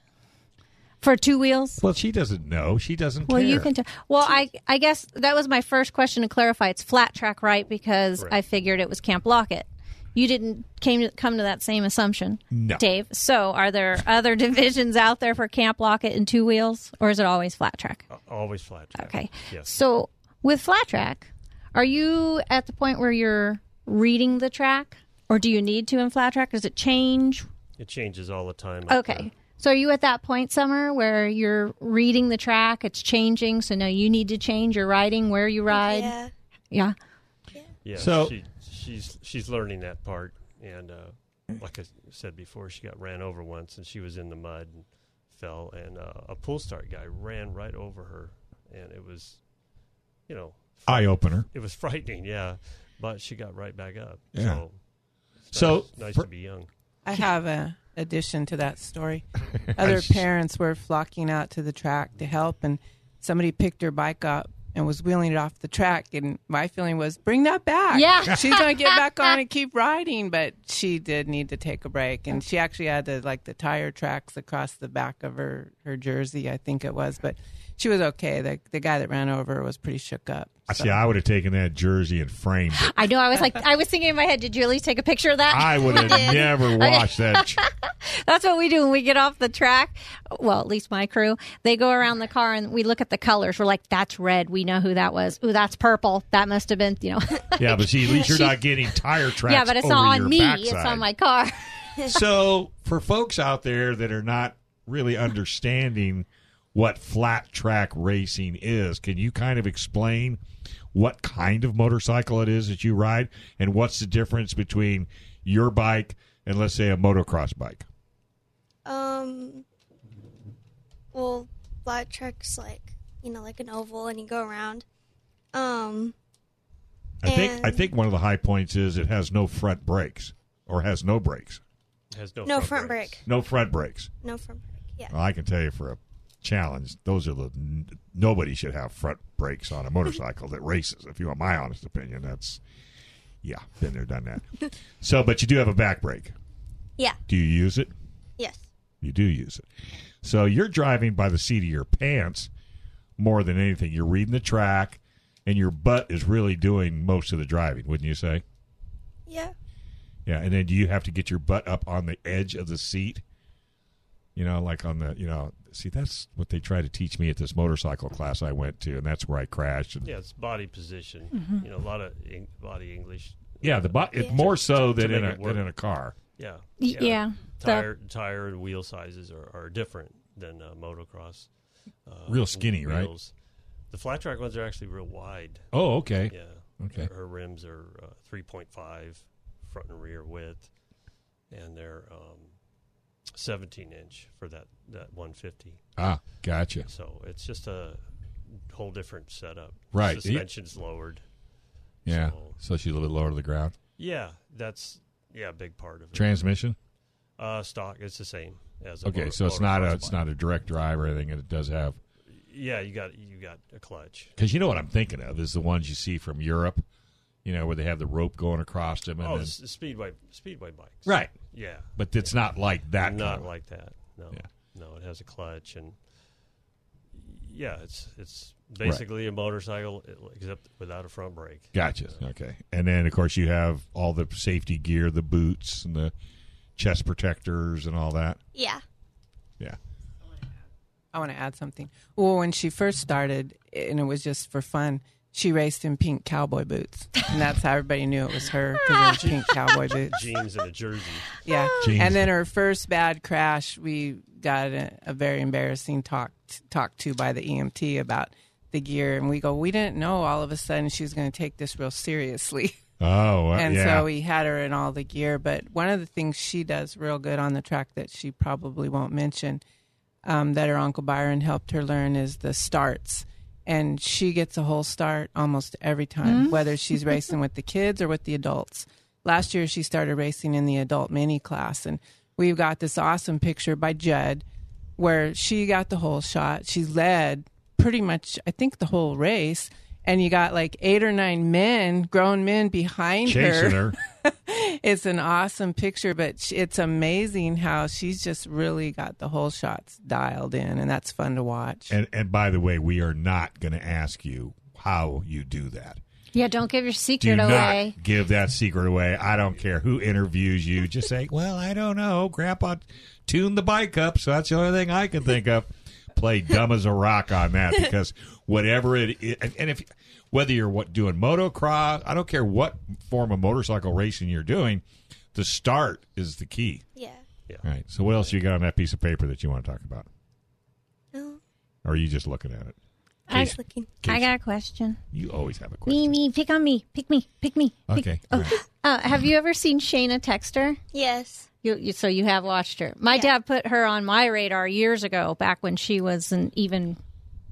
[SPEAKER 3] for two wheels?
[SPEAKER 2] Well, she doesn't know. She doesn't
[SPEAKER 3] Well,
[SPEAKER 2] care.
[SPEAKER 3] you can tell. Well, I I guess that was my first question to clarify. It's flat track, right? Because I figured it was Camp Lockett. You didn't came come to that same assumption,
[SPEAKER 2] No.
[SPEAKER 3] Dave. So, are there other divisions out there for Camp Lockett and two wheels, or is it always flat track?
[SPEAKER 4] Always flat track.
[SPEAKER 3] Okay.
[SPEAKER 4] Oh, Yes.
[SPEAKER 3] So, with flat track, are you at the point where you're reading the track, or do you need to in flat track? Does it change?
[SPEAKER 4] It changes all the time. Uh, like
[SPEAKER 3] Okay.
[SPEAKER 2] uh,
[SPEAKER 3] So are you at that point, Summer, where you're reading the track, it's changing, so now you need to change your riding, where you ride?
[SPEAKER 5] Yeah.
[SPEAKER 3] Yeah.
[SPEAKER 4] Yeah.
[SPEAKER 2] So-
[SPEAKER 4] she, she's she's learning that part, and uh, like I s- said before, she got ran over once, and she was in the mud and fell, and uh, a pool start guy ran right over her, and it was, you know,
[SPEAKER 2] Eye opener.
[SPEAKER 4] it was frightening. Yeah, but she got right back up.
[SPEAKER 2] Yeah.
[SPEAKER 4] So. it's
[SPEAKER 2] So,
[SPEAKER 4] nice, nice
[SPEAKER 2] for-
[SPEAKER 4] to be young.
[SPEAKER 6] I have a addition to that story. Other
[SPEAKER 2] just-
[SPEAKER 6] parents were flocking out to the track to help, and somebody picked her bike up and was wheeling it off the track. And my feeling was, bring that back.
[SPEAKER 3] Yeah.
[SPEAKER 6] [laughs] she's gonna get back on and keep riding, but she did need to take a break. And she actually had the like the tire tracks across the back of her her jersey, I think it was. But she was okay. The the guy that ran over was pretty shook up.
[SPEAKER 2] I See, I would have taken that jersey and framed it.
[SPEAKER 3] I know. I was like, I was thinking in my head, did you at least take a picture of that? [laughs]
[SPEAKER 2] I would have never watched that. ch-
[SPEAKER 3] That's what we do when we get off the track. Well, at least my crew. They go around the car and we look at the colors. We're like, that's red. We know who that was. Ooh, that's purple. That must have been, you know. [laughs]
[SPEAKER 2] Yeah, but see, at least you're not getting tire tracks.
[SPEAKER 3] yeah, but it's
[SPEAKER 2] over
[SPEAKER 3] not
[SPEAKER 2] your
[SPEAKER 3] on me. It's
[SPEAKER 2] backside.
[SPEAKER 3] on my car. [laughs]
[SPEAKER 2] so for folks out there that are not really understanding what flat track racing is, can you kind of explain what kind of motorcycle it is that you ride and what's the difference between your bike and let's say a motocross bike?
[SPEAKER 5] Um, well, flat track's like you know, like an oval, and you go around. Um,
[SPEAKER 2] I think I
[SPEAKER 5] And-
[SPEAKER 2] think one of the high points is it has no front brakes or has no brakes.
[SPEAKER 4] Has no,
[SPEAKER 5] no front
[SPEAKER 4] brakes.
[SPEAKER 5] brake,
[SPEAKER 2] No front brakes.
[SPEAKER 5] no front brake. Yeah,
[SPEAKER 2] Well, I can tell you for a challenge, those are the n- nobody should have front brakes on a motorcycle that races. If you want my honest opinion, that's yeah, been there, done that.
[SPEAKER 5] [laughs]
[SPEAKER 2] so, but you do have a back brake.
[SPEAKER 5] yeah,
[SPEAKER 2] Do you use it?
[SPEAKER 5] yes,
[SPEAKER 2] You do use it. So you're driving by the seat of your pants more than anything. You're reading the track, and your butt is really doing most of the driving, wouldn't you say?
[SPEAKER 5] yeah.
[SPEAKER 2] Yeah, and then do you have to get your butt up on the edge of the seat? You know, like on the you know, see that's what they try to teach me at this motorcycle class I went to, and that's where I crashed. And,
[SPEAKER 4] Yeah, it's body position.
[SPEAKER 3] Mm-hmm.
[SPEAKER 4] You know, a lot of in- body English.
[SPEAKER 2] yeah, the bo- it, more so than
[SPEAKER 4] make
[SPEAKER 2] in a
[SPEAKER 4] it work.
[SPEAKER 2] than in a car.
[SPEAKER 4] Yeah.
[SPEAKER 3] Y- yeah, the-
[SPEAKER 4] Tire, tire and wheel sizes are, are different than uh, motocross. Uh,
[SPEAKER 2] Real skinny, right?
[SPEAKER 4] wheels. The flat track ones are actually real wide.
[SPEAKER 2] Oh, okay.
[SPEAKER 4] Yeah.
[SPEAKER 2] Okay.
[SPEAKER 4] Her, her rims are uh, 3.5 front and rear width, and they're um, 17 inch for that, that 150.
[SPEAKER 2] Ah, gotcha.
[SPEAKER 4] So it's just a whole different setup.
[SPEAKER 2] Right.
[SPEAKER 4] Suspension's lowered.
[SPEAKER 2] Yeah.
[SPEAKER 4] So-
[SPEAKER 2] So she's a little bit lower to the ground.
[SPEAKER 4] Yeah, that's yeah, a big part of it.
[SPEAKER 2] Transmission.
[SPEAKER 4] uh, stock, it's the same as a
[SPEAKER 2] Okay,
[SPEAKER 4] motor-
[SPEAKER 2] so it's not a
[SPEAKER 4] motocross
[SPEAKER 2] it's
[SPEAKER 4] bike.
[SPEAKER 2] not a direct drive or anything, and it does have
[SPEAKER 4] Yeah, you got you got a clutch.
[SPEAKER 2] because you know what I'm thinking of is the ones you see from Europe, you know, where they have the rope going across them, and
[SPEAKER 4] oh,
[SPEAKER 2] then,
[SPEAKER 4] s- speedway speedway bikes.
[SPEAKER 2] right.
[SPEAKER 4] Yeah.
[SPEAKER 2] But it's not like that.
[SPEAKER 4] not
[SPEAKER 2] kind of-
[SPEAKER 4] like that. No.
[SPEAKER 2] Yeah.
[SPEAKER 4] No, it has a clutch and yeah, it's it's basically a motorcycle except without a front brake.
[SPEAKER 2] Gotcha. Okay. And then, of course, you have all the safety gear, the boots and the chest protectors and all that.
[SPEAKER 5] Yeah.
[SPEAKER 2] Yeah.
[SPEAKER 6] I want to add something. Well, when she first started, and it was just for fun, she raced in pink cowboy boots, and that's how everybody knew it was her because of pink cowboy boots.
[SPEAKER 4] Jeans and a jersey.
[SPEAKER 6] Yeah,
[SPEAKER 2] Jeans.
[SPEAKER 6] and then her first bad crash, we got a, a very embarrassing talk talked to by the EMT about the gear, and we go, we didn't know all of a sudden she was going to take this real seriously.
[SPEAKER 2] Oh, uh,
[SPEAKER 6] And
[SPEAKER 2] yeah.
[SPEAKER 6] so we had her in all the gear. But one of the things she does real good on the track that she probably won't mention um, that her Uncle Byron helped her learn is the starts. And she gets a whole start almost every time, whether she's racing with the kids or with the adults. Last year, she started racing in the adult mini class. And we've got this awesome picture by Judd where she got the whole shot. She led pretty much, I think, the whole race. And you got like eight or nine men, grown men behind
[SPEAKER 2] Chasing her.
[SPEAKER 6] it's an awesome picture, but sh- it's amazing how she's just really got the whole shots dialed in, and that's fun to watch.
[SPEAKER 2] and, and by the way, we are not going to ask you how you do that.
[SPEAKER 3] yeah, don't give your
[SPEAKER 2] Do
[SPEAKER 3] secret
[SPEAKER 2] not
[SPEAKER 3] away.
[SPEAKER 2] give that secret away. I don't care who interviews you. Just say, well, I don't know. Grandpa tuned the bike up, so that's the only thing I can think of. Play dumb as a rock on that because whatever it is, and, and if whether you're what doing motocross, I don't care what form of motorcycle racing you're doing, the start is the key.
[SPEAKER 5] Yeah.
[SPEAKER 2] All right. So what else you got on that piece of paper that you want to talk about?
[SPEAKER 5] No.
[SPEAKER 2] Or are you just looking at it?
[SPEAKER 3] I,
[SPEAKER 5] Just looking.
[SPEAKER 3] I got a question.
[SPEAKER 2] You always have a
[SPEAKER 3] Me,
[SPEAKER 2] question.
[SPEAKER 3] me, pick on me, pick me, pick me. pick-
[SPEAKER 2] Okay.
[SPEAKER 3] Oh,
[SPEAKER 2] all right.
[SPEAKER 3] [laughs] uh, have you ever seen Shayna Texter?
[SPEAKER 5] Yes.
[SPEAKER 3] You, you, so you have watched her. My dad put her on my radar years ago, back when she wasn't even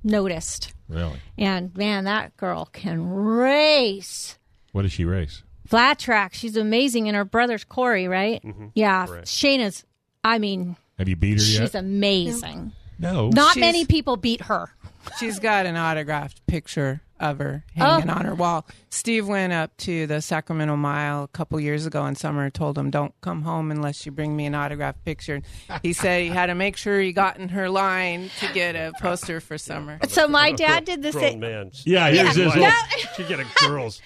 [SPEAKER 3] noticed.
[SPEAKER 2] Really?
[SPEAKER 3] And man, that girl can race
[SPEAKER 2] What does she race?
[SPEAKER 3] flat track. She's amazing. And her brother's Corey, right? Yeah, Shayna's. I mean,
[SPEAKER 2] Have Mm-hmm. you beat her yet?
[SPEAKER 3] she's amazing.
[SPEAKER 2] no.
[SPEAKER 3] Not
[SPEAKER 6] She's-
[SPEAKER 3] many people beat her.
[SPEAKER 6] She's got an autographed picture of her hanging on her wall. Steve went up to the Sacramento Mile a couple years ago in summer and told him, Don't come home unless you bring me an autographed picture. He said he had to make sure he got in her line to get a poster for summer.
[SPEAKER 3] So
[SPEAKER 2] [laughs]
[SPEAKER 3] my dad did the
[SPEAKER 4] grown
[SPEAKER 3] same.
[SPEAKER 4] man.
[SPEAKER 2] Yeah, here's
[SPEAKER 3] Yeah,
[SPEAKER 2] his.
[SPEAKER 3] no.
[SPEAKER 4] She get a girl's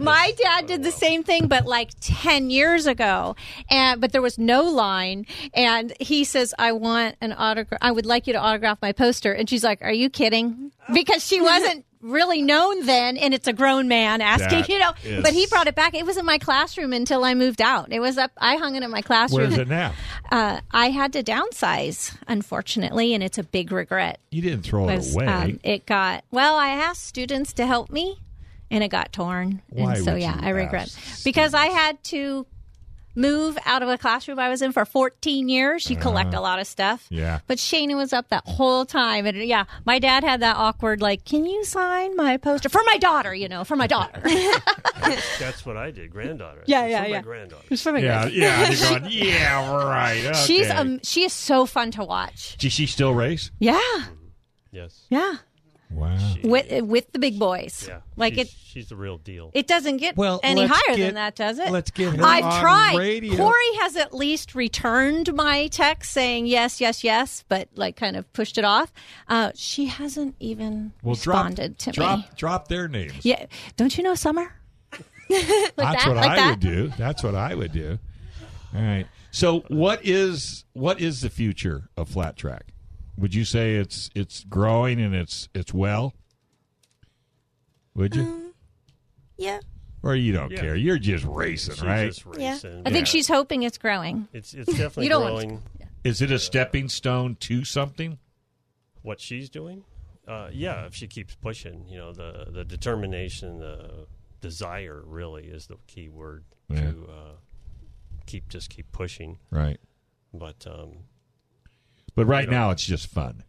[SPEAKER 3] [laughs] My dad did the same thing, but like ten years ago, and but there was no line. And he says, "I want an autograph. I would like you to autograph my poster." And she's like, "Are you kidding?" Because
[SPEAKER 2] [laughs]
[SPEAKER 3] she wasn't really known then, and it's a grown man asking,
[SPEAKER 2] That
[SPEAKER 3] you know.
[SPEAKER 2] is-
[SPEAKER 3] But he brought it back. It was in my classroom until I moved out. It was up. I hung it in my classroom.
[SPEAKER 2] Where's it now?
[SPEAKER 3] Uh, I had to downsize, unfortunately, and it's a big regret.
[SPEAKER 2] You didn't throw it
[SPEAKER 3] was,
[SPEAKER 2] away.
[SPEAKER 3] um, it got well. I asked students to help me, and it got torn.
[SPEAKER 2] Why
[SPEAKER 3] and so
[SPEAKER 2] would
[SPEAKER 3] yeah,
[SPEAKER 2] you
[SPEAKER 3] I regret
[SPEAKER 2] ask
[SPEAKER 3] because I had to move out of a classroom I was in for 14 years. You collect a lot of stuff.
[SPEAKER 2] Uh-huh. Yeah.
[SPEAKER 3] But Shana was up that whole time, and yeah, my dad had that awkward like, "Can you sign my poster for my daughter?" You know, for
[SPEAKER 2] [laughs]
[SPEAKER 3] my daughter.
[SPEAKER 4] That's what I did. Granddaughter.
[SPEAKER 3] Yeah,
[SPEAKER 4] It's
[SPEAKER 3] yeah,
[SPEAKER 4] for
[SPEAKER 3] yeah.
[SPEAKER 4] My granddaughter.
[SPEAKER 3] It's for my
[SPEAKER 2] yeah,
[SPEAKER 3] daughter.
[SPEAKER 2] yeah. You're
[SPEAKER 3] [laughs]
[SPEAKER 2] going, yeah, right. Okay.
[SPEAKER 3] She's um, she is so fun to watch.
[SPEAKER 2] Does she still race?
[SPEAKER 3] Yeah,
[SPEAKER 4] Yes.
[SPEAKER 3] yeah.
[SPEAKER 2] Wow.
[SPEAKER 3] With with the big boys,
[SPEAKER 4] Yeah.
[SPEAKER 3] like
[SPEAKER 4] she's,
[SPEAKER 3] it.
[SPEAKER 4] she's the real deal.
[SPEAKER 3] It doesn't get
[SPEAKER 8] Well,
[SPEAKER 3] any
[SPEAKER 8] let's
[SPEAKER 3] higher
[SPEAKER 8] get-
[SPEAKER 3] than that, does it?
[SPEAKER 8] let's get her on
[SPEAKER 3] I've tried.
[SPEAKER 8] radio.
[SPEAKER 3] Corey has at least returned my text saying yes, yes, yes, but like kind of pushed it off. Uh, she hasn't even
[SPEAKER 2] well, drop,
[SPEAKER 3] responded to
[SPEAKER 2] drop,
[SPEAKER 3] me.
[SPEAKER 2] drop their names.
[SPEAKER 3] Yeah, don't you know Summer? [laughs] like
[SPEAKER 2] That's
[SPEAKER 3] that,
[SPEAKER 2] what
[SPEAKER 3] like
[SPEAKER 2] I
[SPEAKER 3] that.
[SPEAKER 2] would do. That's what I would do. All right. So what is what is the future of flat track? Would you say it's it's growing and it's it's well? Would you?
[SPEAKER 5] Yeah.
[SPEAKER 2] or you don't
[SPEAKER 4] Yeah.
[SPEAKER 2] care. You're just racing,
[SPEAKER 4] she's
[SPEAKER 2] right?
[SPEAKER 4] just racing.
[SPEAKER 3] I think she's hoping it's growing.
[SPEAKER 4] It's it's definitely
[SPEAKER 3] You don't want
[SPEAKER 4] growing.
[SPEAKER 2] Is it a stepping stone to something?
[SPEAKER 4] what she's doing. Uh, yeah, if she keeps pushing, you know, the the determination, the desire, really is the key word
[SPEAKER 2] Yeah.
[SPEAKER 4] to uh, keep just keep pushing.
[SPEAKER 2] Right.
[SPEAKER 4] But um,
[SPEAKER 2] But right
[SPEAKER 4] You know.
[SPEAKER 2] now it's just fun.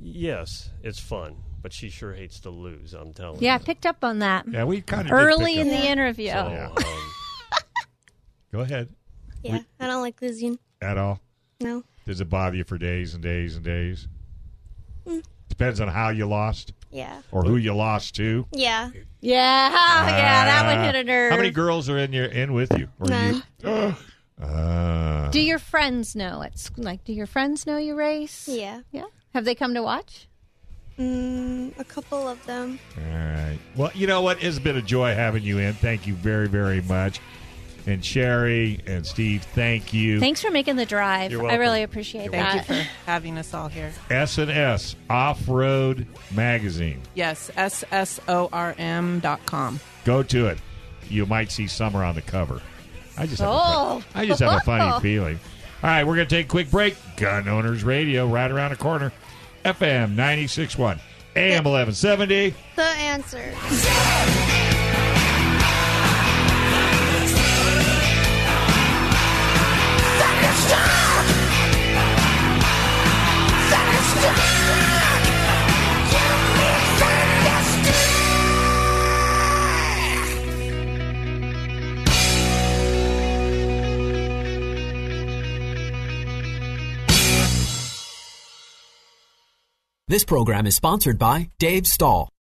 [SPEAKER 4] yes, it's fun. But she sure hates to lose. I'm telling
[SPEAKER 3] Yeah, I
[SPEAKER 4] you.
[SPEAKER 3] picked up on that
[SPEAKER 2] Yeah, we kind of
[SPEAKER 3] early in
[SPEAKER 2] Up.
[SPEAKER 3] the interview.
[SPEAKER 4] So,
[SPEAKER 2] Yeah.
[SPEAKER 4] um,
[SPEAKER 2] Go ahead.
[SPEAKER 5] Yeah. I don't like losing.
[SPEAKER 2] At all?
[SPEAKER 5] No.
[SPEAKER 2] Does it bother you for days and days and days?
[SPEAKER 3] Mm.
[SPEAKER 2] Depends on how you lost
[SPEAKER 5] Yeah.
[SPEAKER 2] or who you lost to.
[SPEAKER 5] Yeah.
[SPEAKER 3] Yeah, [laughs] yeah, that one hit a nerve.
[SPEAKER 2] Ah. How many girls are in your in with you? Or you? [gasps] Uh,
[SPEAKER 3] do your friends know at school? Like, do your friends know you race?
[SPEAKER 5] Yeah.
[SPEAKER 3] yeah. Have they come to watch?
[SPEAKER 5] Mm, a couple of them.
[SPEAKER 2] all right. Well, you know what? It's been a joy having you in. Thank you very, very much. And Sherry and Steve, thank you.
[SPEAKER 3] Thanks for making the drive.
[SPEAKER 4] You're
[SPEAKER 3] I really
[SPEAKER 4] welcome.
[SPEAKER 3] appreciate
[SPEAKER 4] You're
[SPEAKER 3] that.
[SPEAKER 6] Thank you for having us all here.
[SPEAKER 2] S and S Off Road Magazine.
[SPEAKER 6] Yes, SSORM dot com.
[SPEAKER 2] Go to it. You might see Summer on the cover. I just have a
[SPEAKER 3] Oh.
[SPEAKER 2] fun- I just have a
[SPEAKER 3] [laughs]
[SPEAKER 2] funny feeling. All right, we're going to take a quick break. Gun Owners Radio, right around the corner. FM 96.1, AM 1170.
[SPEAKER 5] The answer.
[SPEAKER 10] This program is sponsored by Dave Stahl.